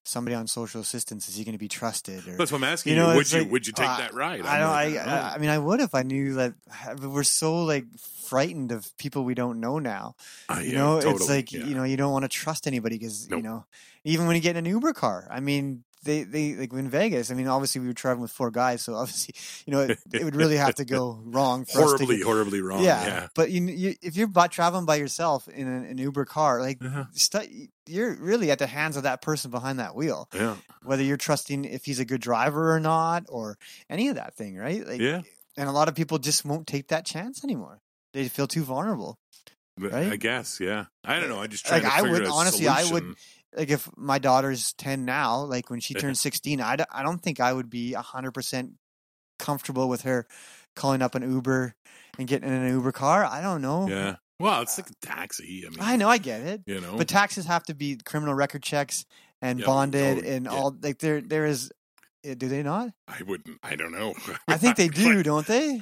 Speaker 2: somebody on social assistance is he going to be trusted? Or,
Speaker 1: That's what I'm asking
Speaker 2: You
Speaker 1: you.
Speaker 2: know,
Speaker 1: would
Speaker 2: it's
Speaker 1: you
Speaker 2: like,
Speaker 1: would you take
Speaker 2: uh,
Speaker 1: that Oh. ride?
Speaker 2: I
Speaker 1: I'm
Speaker 2: don't.
Speaker 1: like,
Speaker 2: I, I. I mean, I would if I knew that but we're so like frightened of people we don't know now.
Speaker 1: I-
Speaker 2: You
Speaker 1: yeah,
Speaker 2: know, it's
Speaker 1: totally,
Speaker 2: like
Speaker 1: yeah.
Speaker 2: you know you don't want to trust anybody because you
Speaker 1: Nope.
Speaker 2: know even when you get in an Uber car. I mean, they they like in Vegas. I mean, obviously we were traveling with four guys, so obviously you know it, it would really have to go wrong for us to
Speaker 1: horribly,
Speaker 2: get-
Speaker 1: horribly wrong.
Speaker 2: yeah,
Speaker 1: Yeah.
Speaker 2: but you, you if you're by, traveling by yourself in an, an Uber car, like
Speaker 1: Uh-huh.
Speaker 2: stu- you're really at the hands of that person behind that wheel
Speaker 1: Yeah.
Speaker 2: whether you're trusting if he's a good driver or not or any of that thing right like
Speaker 1: Yeah.
Speaker 2: and a lot of people just won't take that chance anymore they feel too vulnerable Right?
Speaker 1: I guess, yeah. I don't know. I just try
Speaker 2: Like,
Speaker 1: to
Speaker 2: I
Speaker 1: figure
Speaker 2: would-
Speaker 1: out a
Speaker 2: honestly, I would-
Speaker 1: solution.
Speaker 2: like if my daughter's 10 now like when she turns 16 I, d- I don't think i would be 100% comfortable with her calling up an uber and getting in an uber car i don't know
Speaker 1: Yeah. Well, it's like a taxi. I mean,
Speaker 2: i know i get it
Speaker 1: You know,
Speaker 2: but taxes have to be criminal record checks and
Speaker 1: Yeah,
Speaker 2: bonded
Speaker 1: oh,
Speaker 2: and
Speaker 1: yeah.
Speaker 2: all like there there is eh, do they not
Speaker 1: I wouldn't. I don't know.
Speaker 2: i think they do don't
Speaker 1: I-
Speaker 2: they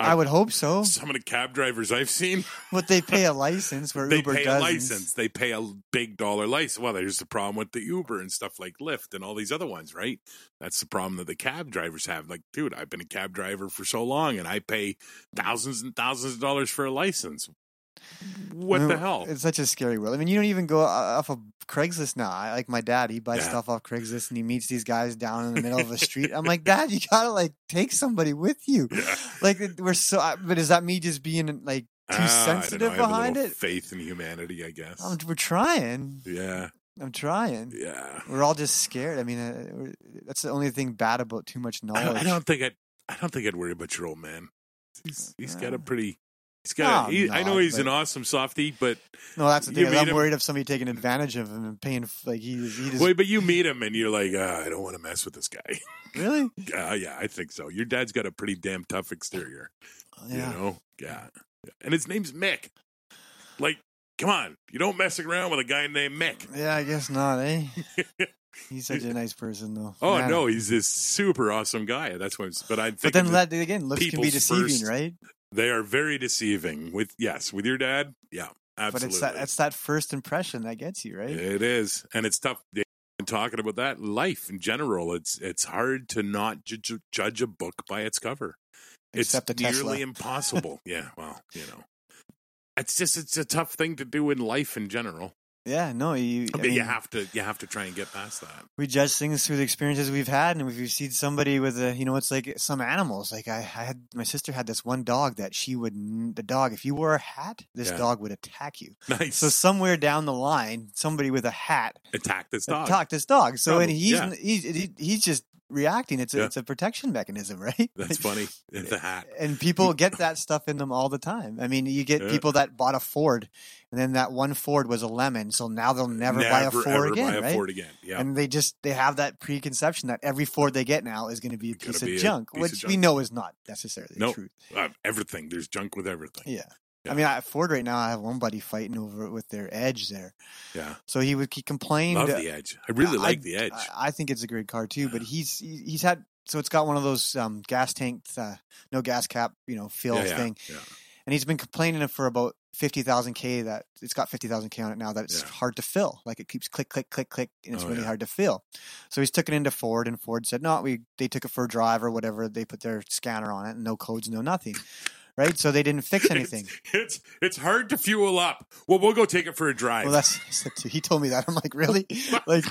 Speaker 2: I would hope so.
Speaker 1: Some of the cab drivers I've seen,
Speaker 2: But they pay a license where
Speaker 1: they
Speaker 2: Uber
Speaker 1: pay
Speaker 2: doesn't.
Speaker 1: a license. They pay a big dollar license. Well, there's the problem with the Uber and stuff like Lyft and all these other ones, right? That's the problem that the cab drivers have. Like, dude, I've been a cab driver for so long, and I pay thousands and thousands of dollars for a license. What
Speaker 2: I mean,
Speaker 1: the hell?
Speaker 2: It's such a scary world. I mean, you don't even go o- off of Craigslist now. I, like my dad, he buys
Speaker 1: Yeah.
Speaker 2: stuff off Craigslist and he meets these guys down in the middle of the street. I'm like, Dad, you gotta like take somebody with you.
Speaker 1: Yeah.
Speaker 2: Like it- we're so. I- But is that me just being like too
Speaker 1: Ah, I don't
Speaker 2: sensitive
Speaker 1: know. I have a
Speaker 2: behind
Speaker 1: little
Speaker 2: it?
Speaker 1: Faith in humanity, I guess.
Speaker 2: I'm, we're trying.
Speaker 1: yeah,
Speaker 2: I'm trying.
Speaker 1: yeah.
Speaker 2: We're all just scared. I mean, uh, we're, that's the only thing bad about too much
Speaker 1: I don't,
Speaker 2: knowledge.
Speaker 1: I don't think I. I don't think I'd worry about your old man. He's he's got a pretty. He's got.
Speaker 2: uh, No,
Speaker 1: a, he, I
Speaker 2: I'm
Speaker 1: know
Speaker 2: not,
Speaker 1: he's
Speaker 2: but-
Speaker 1: an awesome softie, but
Speaker 2: no, that's the
Speaker 1: You
Speaker 2: thing. is
Speaker 1: meet
Speaker 2: I'm
Speaker 1: him-
Speaker 2: worried of somebody taking advantage of him and paying f- like he, he just
Speaker 1: wait, but you meet him and you're like, ah, I don't want to mess with this guy.
Speaker 2: really.
Speaker 1: uh, yeah, I think so. Your dad's got a pretty damn tough exterior.
Speaker 2: Yeah.
Speaker 1: You know? Yeah. Yeah. And his name's Mick. Like, come on. You don't mess around with a guy named Mick.
Speaker 2: Yeah, I guess not, eh? He's such a nice person, though.
Speaker 1: Oh
Speaker 2: Man.
Speaker 1: no, he's this super awesome guy. That's what. But I think
Speaker 2: But then that, again, looks can be
Speaker 1: people's
Speaker 2: deceiving,
Speaker 1: first
Speaker 2: right?
Speaker 1: they are very deceiving. With yes, with your dad, yeah,
Speaker 2: But
Speaker 1: absolutely.
Speaker 2: it's that it's that first impression that gets you, right?
Speaker 1: It is, and it's tough. Dave, in Talking about that life in general, it's it's hard to not ju- ju- judge a book by its cover.
Speaker 2: Except the
Speaker 1: it's
Speaker 2: Tesla.
Speaker 1: nearly impossible. yeah, well, you know, it's just it's a tough thing to do in life in general.
Speaker 2: yeah, no, you. I
Speaker 1: but
Speaker 2: mean,
Speaker 1: you have to you have to try and get past that.
Speaker 2: we judge things through the experiences we've had, and if you see somebody with a, you know, it's like some animals. Like I, I had my sister had this one dog that she would n- the dog. If you wore a hat, this
Speaker 1: Yeah.
Speaker 2: dog would attack you.
Speaker 1: Nice
Speaker 2: So somewhere down the line, somebody with a hat
Speaker 1: attack this dog.
Speaker 2: attacked this dog. So and
Speaker 1: Probably,
Speaker 2: he's
Speaker 1: yeah.
Speaker 2: he's he, he's just reacting. It's a,
Speaker 1: Yeah.
Speaker 2: it's a protection mechanism, right?
Speaker 1: That's funny. The hat.
Speaker 2: and people get that stuff in them all the time. I mean, you get
Speaker 1: Yeah.
Speaker 2: people that bought a Ford, and then that one Ford was a lemon, so now they'll never, buy a Ford
Speaker 1: ever
Speaker 2: again,
Speaker 1: Buy a
Speaker 2: right?
Speaker 1: Ford again. Yeah.
Speaker 2: And they just they have that preconception that every Ford they get now is going to be a
Speaker 1: Gotta
Speaker 2: piece
Speaker 1: be a
Speaker 2: of junk,
Speaker 1: piece of
Speaker 2: which we
Speaker 1: junk.
Speaker 2: know is not necessarily
Speaker 1: Nope.
Speaker 2: true.
Speaker 1: Uh, everything. There's junk with everything.
Speaker 2: Yeah.
Speaker 1: Yeah.
Speaker 2: I mean, at Ford right now, I have one buddy fighting over it with their Edge there.
Speaker 1: Yeah.
Speaker 2: So he would he complained.
Speaker 1: Love the edge. I really
Speaker 2: I-
Speaker 1: like the edge.
Speaker 2: I, I think it's a great car too, but he's he- he's had so it's got one of those um, gas tank, uh, no gas cap, you know, fill
Speaker 1: yeah, yeah,
Speaker 2: thing.
Speaker 1: yeah.
Speaker 2: and he's been complaining for about 50,000 K that it's got 50,000 K on it now that it's
Speaker 1: Yeah.
Speaker 2: hard to fill. Like it keeps click, click, click, click, and it's
Speaker 1: Oh,
Speaker 2: really
Speaker 1: yeah.
Speaker 2: hard to fill. So he's took it into Ford and Ford said, no, we, they took it for a drive or whatever. They put their scanner on it and no codes, no nothing. Right. So they didn't fix anything.
Speaker 1: It's it's hard to fuel up. Well, we'll go take it for a drive.
Speaker 2: well, that's, I said to- he told me that. I'm like, really? like,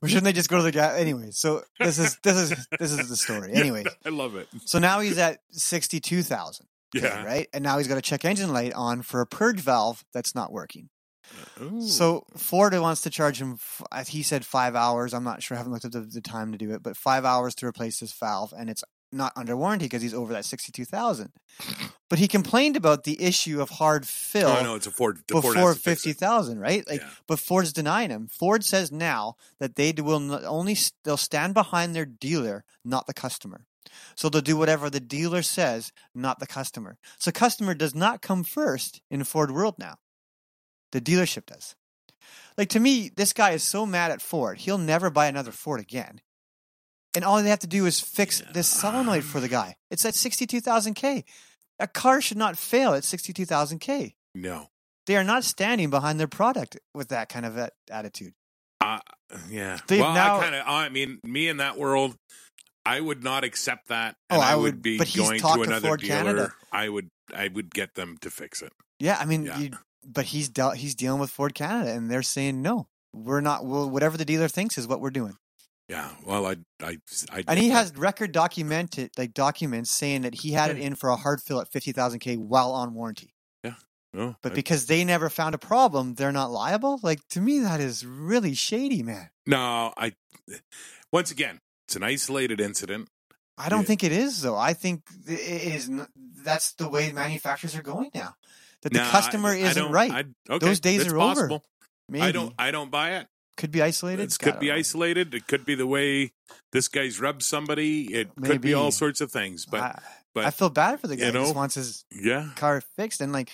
Speaker 2: well, shouldn't they just go to the guy? Anyway, so this is, this is, this is the story.
Speaker 1: Yeah,
Speaker 2: Anyway.
Speaker 1: I love it.
Speaker 2: So now he's at 62,000. K,
Speaker 1: Yeah.
Speaker 2: Right. And now he's got a check engine light on for a purge valve that's not working.
Speaker 1: Ooh.
Speaker 2: So Ford wants to charge him. f- uh, He said five hours. I'm not sure. I haven't looked up the, the time to do it, but five hours to replace this valve, and it's not under warranty because he's over that sixty-two thousand. But he complained about the issue of hard fill
Speaker 1: oh no, it's a Ford. The Ford
Speaker 2: before
Speaker 1: has to fix
Speaker 2: fifty
Speaker 1: it.
Speaker 2: thousand, right? Like,
Speaker 1: Yeah.
Speaker 2: but Ford's denying him. Ford says now that they d- will not only s- they'll stand behind their dealer, not the customer. So they'll do whatever the dealer says, not the customer. So customer does not come first in Ford world now. The dealership does. Like to me, this guy is so mad at Ford, he'll never buy another Ford again. And all they have to do is fix this solenoid for the guy. It's at sixty-two thousand k. A car should not fail at sixty-two thousand k
Speaker 1: No.
Speaker 2: they are not standing behind their product with that kind of a- attitude.
Speaker 1: Uh, yeah.
Speaker 2: They've
Speaker 1: well,
Speaker 2: now-
Speaker 1: I kind of. I mean, me in that world, I would not accept that. And
Speaker 2: Oh, I
Speaker 1: would,
Speaker 2: would-
Speaker 1: be
Speaker 2: but he's
Speaker 1: going
Speaker 2: talked
Speaker 1: to
Speaker 2: to
Speaker 1: another
Speaker 2: Ford
Speaker 1: dealer.
Speaker 2: Canada.
Speaker 1: I would. I would get them to fix it.
Speaker 2: Yeah, I mean,
Speaker 1: Yeah.
Speaker 2: You, but he's dealt, he's dealing with Ford Canada, and they're saying no, we're not. We'll, whatever the dealer thinks is what we're doing.
Speaker 1: Yeah. Well, I. I. I
Speaker 2: And he has record documented like documents saying that he
Speaker 1: Mm-hmm.
Speaker 2: had it in for a hard fill at fifty thousand k while on warranty.
Speaker 1: No,
Speaker 2: But
Speaker 1: Oh, I-
Speaker 2: because they never found a problem, they're not liable. Like to me, that is really shady, man.
Speaker 1: no, I. Once again, it's an isolated incident.
Speaker 2: I don't
Speaker 1: Yeah.
Speaker 2: think it is though. I think i- it is. n- That's the way manufacturers are going now. That the
Speaker 1: No, I-
Speaker 2: customer
Speaker 1: I
Speaker 2: isn't
Speaker 1: don't-
Speaker 2: right.
Speaker 1: I- okay,
Speaker 2: Those days
Speaker 1: that's
Speaker 2: are over.
Speaker 1: possible.
Speaker 2: Maybe
Speaker 1: I don't. I don't buy it.
Speaker 2: could be isolated.
Speaker 1: It could
Speaker 2: I
Speaker 1: be
Speaker 2: don't know.
Speaker 1: isolated. It could be the way this guy's rubbed somebody. It could
Speaker 2: Maybe.
Speaker 1: be all sorts of things. But
Speaker 2: I,
Speaker 1: but,
Speaker 2: I feel bad for the
Speaker 1: you
Speaker 2: guy who
Speaker 1: know,
Speaker 2: just wants his
Speaker 1: yeah,
Speaker 2: car fixed and like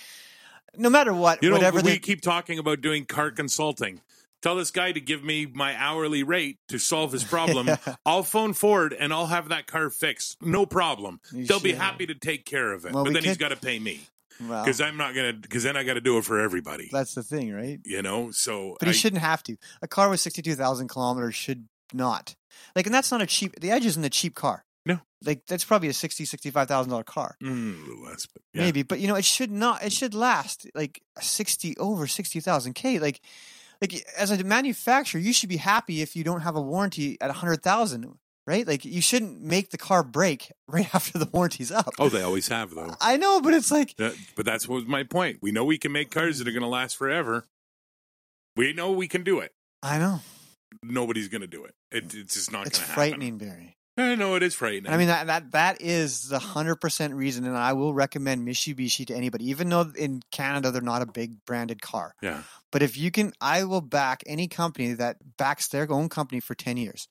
Speaker 2: no matter what,
Speaker 1: you know,
Speaker 2: whatever
Speaker 1: we
Speaker 2: they
Speaker 1: keep talking about doing car consulting. Tell this guy to give me my hourly rate to solve his problem. I'll phone Ford and I'll have that car fixed. No problem.
Speaker 2: You
Speaker 1: They'll be
Speaker 2: should.
Speaker 1: happy to take care of it.
Speaker 2: Well,
Speaker 1: but
Speaker 2: we
Speaker 1: then he's
Speaker 2: could- Oh.
Speaker 1: got to pay me
Speaker 2: well,
Speaker 1: because I'm not gonna. Because then I got to do it for everybody.
Speaker 2: that's the thing, right?
Speaker 1: You know. So
Speaker 2: But he
Speaker 1: I-
Speaker 2: shouldn't have to. A car with sixty-two thousand kilometers should not. Like, and that's not a cheap. The Edge isn't a cheap car.
Speaker 1: No.
Speaker 2: Like that's probably a sixty, sixty-five thousand dollar car.
Speaker 1: Mm, a little less, but yeah.
Speaker 2: Maybe. But you know, it should not it should last like sixty over sixty thousand K. Like like as a manufacturer, you should be happy if you don't have a warranty at a hundred thousand, right? Like you shouldn't make the car break right after the warranty's up.
Speaker 1: Oh, they always have though.
Speaker 2: I know, but it's like
Speaker 1: That, but that's what was my point. We know we can make cars that are going to last forever. We know we can do it.
Speaker 2: I know.
Speaker 1: Nobody's going to do it. it. It's just not going
Speaker 2: It's
Speaker 1: to happen.
Speaker 2: frightening, Barry.
Speaker 1: I know it is frightening.
Speaker 2: I mean that that that is the hundred percent reason, and I will recommend Mitsubishi to anybody, even though in Canada they're not a big branded car.
Speaker 1: Yeah.
Speaker 2: But if you can, I will back any company that backs their own company for ten years.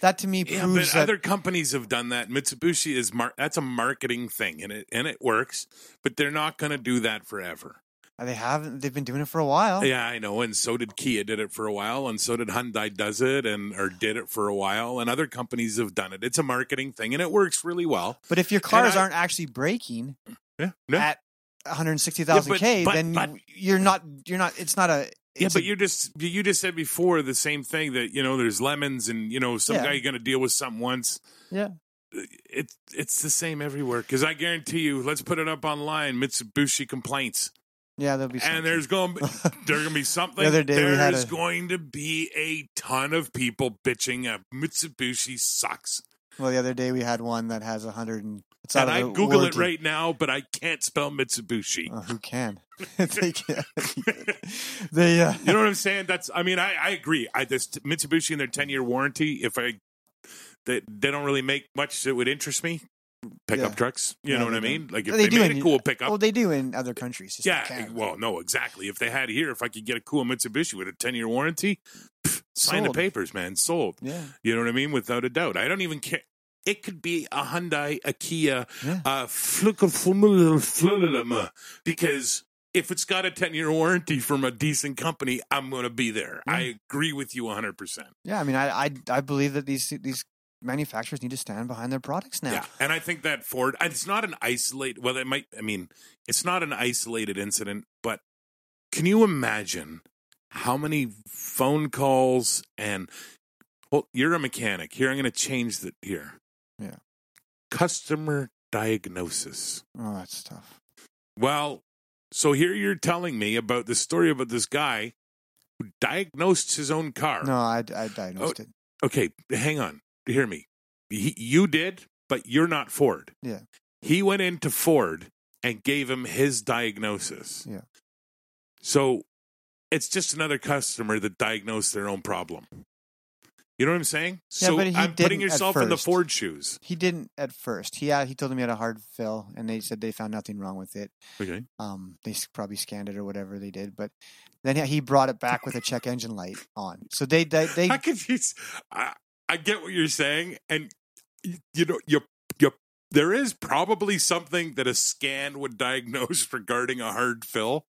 Speaker 2: That to me
Speaker 1: Yeah,
Speaker 2: proves
Speaker 1: but
Speaker 2: that
Speaker 1: other companies have done that. Mitsubishi is mar- that's a marketing thing, and it and it works. But they're not going to do that forever.
Speaker 2: they haven't. They've been doing it for a while.
Speaker 1: Yeah, I know. And so did Kia, did it for a while, and so did Hyundai, does it, and or did it for a while, and other companies have done it. It's a marketing thing, and it works really well.
Speaker 2: But if your cars
Speaker 1: I-
Speaker 2: aren't actually breaking
Speaker 1: Yeah, no,
Speaker 2: at one hundred sixty thousand
Speaker 1: Yeah,
Speaker 2: k,
Speaker 1: but- but-
Speaker 2: then
Speaker 1: but-
Speaker 2: you're not. You're not. It's not a.
Speaker 1: Yeah,
Speaker 2: it's
Speaker 1: but
Speaker 2: a-
Speaker 1: you're just you just said before the same thing that you know there's lemons and you know some
Speaker 2: Yeah.
Speaker 1: guy you're gonna deal with something once.
Speaker 2: Yeah.
Speaker 1: it's it's the same everywhere because I guarantee you. Let's put it up online. Mitsubishi complaints,
Speaker 2: yeah. There'll be something.
Speaker 1: and there's going to there's gonna be something.
Speaker 2: The other day we had
Speaker 1: there's
Speaker 2: a-
Speaker 1: going to be a ton of people bitching. At Mitsubishi sucks,
Speaker 2: well, the other day we had one that has a hundred and. It's
Speaker 1: and
Speaker 2: out
Speaker 1: I
Speaker 2: of the
Speaker 1: Google
Speaker 2: warranty.
Speaker 1: it right now, but I can't spell Mitsubishi.
Speaker 2: Oh, who can? they can. they, uh,
Speaker 1: You know what I'm saying? That's I mean I, I agree. I this Mitsubishi and their 10 year warranty. If I they, they don't really make much that would interest me. Pickup
Speaker 2: Yeah.
Speaker 1: trucks. You
Speaker 2: Yeah,
Speaker 1: know what
Speaker 2: they
Speaker 1: I mean?
Speaker 2: don't.
Speaker 1: Like if
Speaker 2: They
Speaker 1: they,
Speaker 2: do
Speaker 1: made
Speaker 2: in-
Speaker 1: a cool pickup.
Speaker 2: well, they do in other countries. Just in
Speaker 1: yeah. eh,
Speaker 2: Canada.
Speaker 1: Well, no, exactly. If they had here, if I could get a cool Mitsubishi with a 10 year warranty, pff, sign the
Speaker 2: Sold.
Speaker 1: papers, man. Sold.
Speaker 2: Yeah.
Speaker 1: You know what I mean? Without a doubt. I don't even care. It could be a Hyundai, a Kia,
Speaker 2: Yeah.
Speaker 1: a Fluka because if it's got a 10 year warranty from a decent company, I'm going to be there. I agree with you 100%.
Speaker 2: Yeah. I mean, I, I, I believe that these these manufacturers need to stand behind their products now.
Speaker 1: Yeah. And I think that Ford, and it's not an isolate, well, it might, I mean, it's not an isolated incident, but can you imagine how many phone calls and, well, you're a mechanic. Here, I'm going to change that here.
Speaker 2: Yeah.
Speaker 1: Customer diagnosis.
Speaker 2: Oh, that's tough.
Speaker 1: Well, so here you're telling me about the story about this guy who diagnosed his own car.
Speaker 2: No, I, I
Speaker 1: Oh.
Speaker 2: diagnosed it.
Speaker 1: Okay, hang on. Hear me. He, you did, but you're not Ford.
Speaker 2: Yeah.
Speaker 1: He went into Ford and gave him his diagnosis.
Speaker 2: Yeah.
Speaker 1: So it's just another customer that diagnosed their own problem. You know what I'm saying?
Speaker 2: Yeah,
Speaker 1: so
Speaker 2: but he
Speaker 1: I'm putting
Speaker 2: didn't at
Speaker 1: yourself in the
Speaker 2: first.
Speaker 1: Ford shoes.
Speaker 2: He didn't at first. He had, he told him he had a hard fill, and they said they found nothing wrong with it.
Speaker 1: Okay.
Speaker 2: Um, they s- probably scanned it or whatever they did, but then he brought it back with a check engine light on. So they they, they
Speaker 1: I could use. I, I get what you're saying, and you, you know, you you there is probably something that a scan would diagnose regarding a hard fill,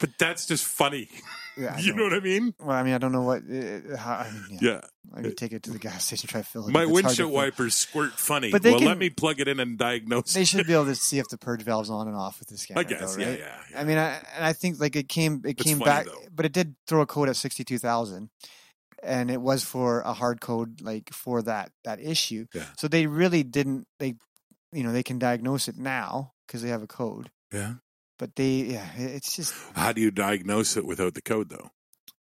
Speaker 1: but that's just funny.
Speaker 2: yeah, I
Speaker 1: you know what I mean?
Speaker 2: Well, I mean, I don't know what. Uh, how, I mean, yeah.
Speaker 1: Yeah,
Speaker 2: I'm gonna take it to the gas station try to fill it.
Speaker 1: my
Speaker 2: up. It's hard to
Speaker 1: windshield
Speaker 2: fill.
Speaker 1: wipers squirt funny.
Speaker 2: But they
Speaker 1: well, let
Speaker 2: can-
Speaker 1: me plug it in and diagnose.
Speaker 2: They
Speaker 1: it.
Speaker 2: should be able to see if the purge valve's on and off with the scanner.
Speaker 1: I guess.
Speaker 2: though,
Speaker 1: yeah,
Speaker 2: right?
Speaker 1: yeah,
Speaker 2: I mean, I, and I think like it came, it
Speaker 1: It's
Speaker 2: came
Speaker 1: funny,
Speaker 2: back,
Speaker 1: though.
Speaker 2: but it did throw a code at sixty-two thousand, and it was for a hard code like for that that issue.
Speaker 1: Yeah.
Speaker 2: So they really didn't. They, you know, they can diagnose it now because they have a code.
Speaker 1: yeah.
Speaker 2: But they, yeah, it- it's just
Speaker 1: How do you diagnose it without the code, though?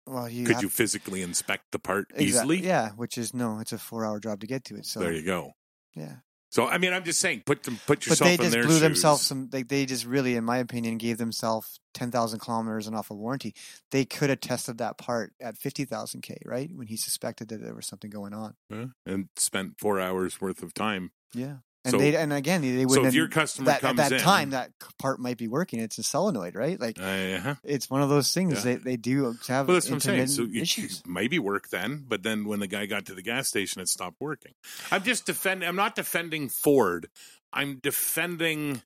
Speaker 2: well, you
Speaker 1: Could
Speaker 2: have-
Speaker 1: you physically inspect the part
Speaker 2: Exact-
Speaker 1: easily?
Speaker 2: yeah, which is no, it's a four-hour job to get to it. So
Speaker 1: There you go.
Speaker 2: yeah.
Speaker 1: So I mean, I'm just saying, put them, put
Speaker 2: but
Speaker 1: yourself
Speaker 2: they
Speaker 1: in
Speaker 2: just
Speaker 1: their
Speaker 2: blew
Speaker 1: shoes.
Speaker 2: themselves some like they just really in my opinion gave themselves 10,000 kilometers and off a warranty they could have tested that part at 50,000 k right when he suspected that there was something going on
Speaker 1: Yeah, and spent four hours worth of time.
Speaker 2: yeah and
Speaker 1: So-
Speaker 2: they and again they would
Speaker 1: So if your customer
Speaker 2: that,
Speaker 1: comes
Speaker 2: at that
Speaker 1: in,
Speaker 2: time that c- part might be working it's a solenoid right like
Speaker 1: uh-huh.
Speaker 2: it's one of those things
Speaker 1: Yeah.
Speaker 2: they, they do have
Speaker 1: well, that's what I'm saying.
Speaker 2: intermittent
Speaker 1: So it
Speaker 2: issues
Speaker 1: maybe work then, but then when the guy got to the gas station, it stopped working. I'm just defending. I'm not defending Ford. I'm defending.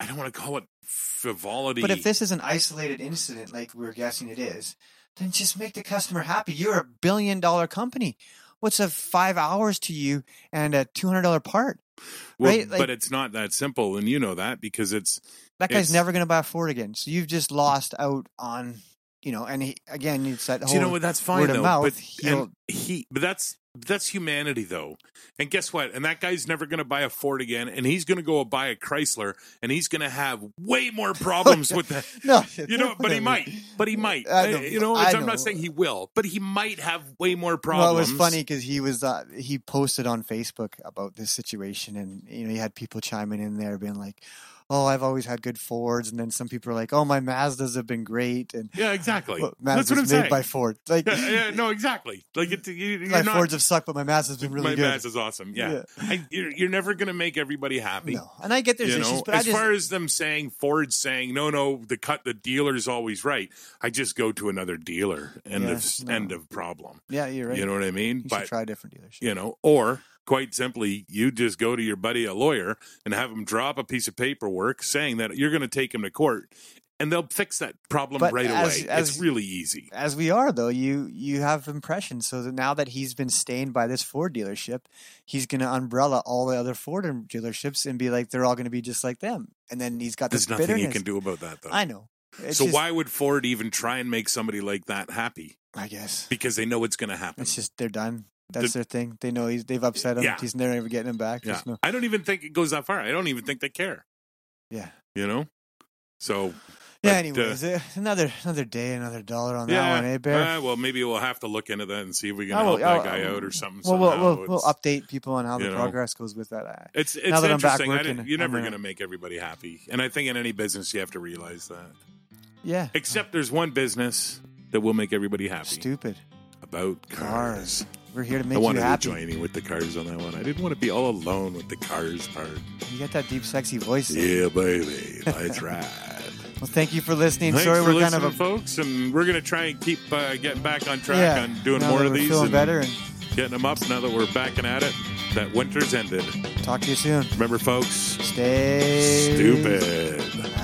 Speaker 1: I don't want to call it frivolity.
Speaker 2: but if this is an isolated incident like we're guessing it is then just make the customer happy you're a billion dollar company what's a 5 hours to you and a $200 part
Speaker 1: Well,
Speaker 2: right, like-
Speaker 1: but it's not that simple, and you know that because it's
Speaker 2: That guy's
Speaker 1: It's-
Speaker 2: never going to buy a Ford again. So you've just lost out on, you know, and he, again, it's that whole.
Speaker 1: Do you know what? That's fine
Speaker 2: word of
Speaker 1: though.
Speaker 2: mouth,
Speaker 1: but and
Speaker 2: he'll-
Speaker 1: he, but that's that's humanity though. And guess what? And that guy's never going to buy a Ford again and he's going to go buy a Chrysler and he's going to have way more problems with that.
Speaker 2: No,
Speaker 1: You know, but he might. But he might.
Speaker 2: I know,
Speaker 1: you know,
Speaker 2: I
Speaker 1: I'm
Speaker 2: know.
Speaker 1: not saying he will, but he might have way more problems.
Speaker 2: Well, it was funny because he was uh, he posted on Facebook about this situation, and you know he had people chiming in there, being like, "Oh, I've always had good Fords," and then some people are like, "Oh, my Mazdas have been great," and
Speaker 1: Yeah, exactly.
Speaker 2: "Well,
Speaker 1: That's
Speaker 2: Mazdas
Speaker 1: what I'm
Speaker 2: made
Speaker 1: saying.
Speaker 2: by Ford. Like
Speaker 1: yeah, yeah, no, exactly. Like it, you, you're
Speaker 2: my
Speaker 1: not,
Speaker 2: Fords have sucked, but my Mazda's been really
Speaker 1: my
Speaker 2: good.
Speaker 1: Maz is awesome. Yeah,
Speaker 2: Yeah.
Speaker 1: I, you're, you're never gonna make everybody happy.
Speaker 2: no, and I get there's
Speaker 1: you know,
Speaker 2: issues, but
Speaker 1: as
Speaker 2: I just
Speaker 1: far as them saying Ford saying no, no, the cut the dealer's always right. I just go to another dealer. End
Speaker 2: Yes,
Speaker 1: of
Speaker 2: no.
Speaker 1: end of problem.
Speaker 2: yeah, you're right.
Speaker 1: You know what I mean?
Speaker 2: you should
Speaker 1: but
Speaker 2: try different dealerships.
Speaker 1: you know, or quite simply, you just go to your buddy a lawyer and have him drop a piece of paperwork saying that you're going to take him to court, and they'll fix that problem
Speaker 2: But
Speaker 1: right away.
Speaker 2: as-
Speaker 1: it's
Speaker 2: as-
Speaker 1: really easy.
Speaker 2: as we are though you you have impressions so that now that he's been stained by this ford dealership he's going to umbrella all the other ford dealerships and be like they're all going to be just like them and then he's got this
Speaker 1: There's nothing
Speaker 2: bitterness
Speaker 1: you can do about that, though.
Speaker 2: i know It's
Speaker 1: so
Speaker 2: just-
Speaker 1: why would Ford even try and make somebody like that happy?
Speaker 2: i guess
Speaker 1: Because they know it's going to happen.
Speaker 2: it's just they're done that's their thing they know he's they've upset him
Speaker 1: Yeah.
Speaker 2: he's never ever getting him back
Speaker 1: yeah.
Speaker 2: There's no-
Speaker 1: I don't even think it goes that far. I don't even think they care.
Speaker 2: yeah
Speaker 1: You know. So
Speaker 2: yeah
Speaker 1: But, uh,
Speaker 2: anyways eh, another another day another dollar on
Speaker 1: yeah.
Speaker 2: that one eh bear
Speaker 1: Uh, well, maybe we'll have to look into that and see if we can
Speaker 2: I will-
Speaker 1: help that
Speaker 2: I'll-
Speaker 1: guy
Speaker 2: I'll-
Speaker 1: out or something.
Speaker 2: well, we'll,
Speaker 1: somehow.
Speaker 2: we'll, we'll
Speaker 1: It's-
Speaker 2: update people on how the
Speaker 1: you know.
Speaker 2: progress goes with that I-
Speaker 1: It's it's
Speaker 2: Now that I'm back
Speaker 1: interesting. I didn't-
Speaker 2: working,
Speaker 1: you're never
Speaker 2: I'm, uh,
Speaker 1: going to make everybody happy, and I think in any business you have to realize that.
Speaker 2: yeah
Speaker 1: Except there's one business that will make everybody happy
Speaker 2: stupid
Speaker 1: about cars.
Speaker 2: cars we're here to make
Speaker 1: I
Speaker 2: you
Speaker 1: wanted to
Speaker 2: happy
Speaker 1: join you with the cars on that one. I didn't want to be all alone with the cars part.
Speaker 2: You got that deep, sexy voice.
Speaker 1: Yeah, baby, that's right.
Speaker 2: Well, thank you for listening.
Speaker 1: Thanks
Speaker 2: Sorry,
Speaker 1: for
Speaker 2: we're kind
Speaker 1: listening,
Speaker 2: of a
Speaker 1: folks, and we're going to try and keep uh, getting back on track
Speaker 2: yeah.
Speaker 1: on doing
Speaker 2: now
Speaker 1: more
Speaker 2: that
Speaker 1: of
Speaker 2: we're
Speaker 1: these
Speaker 2: Feeling
Speaker 1: and
Speaker 2: better, and
Speaker 1: getting them up. Now that we're backing at it, that winter's ended.
Speaker 2: talk to you soon.
Speaker 1: Remember, folks,
Speaker 2: Stay
Speaker 1: stupid.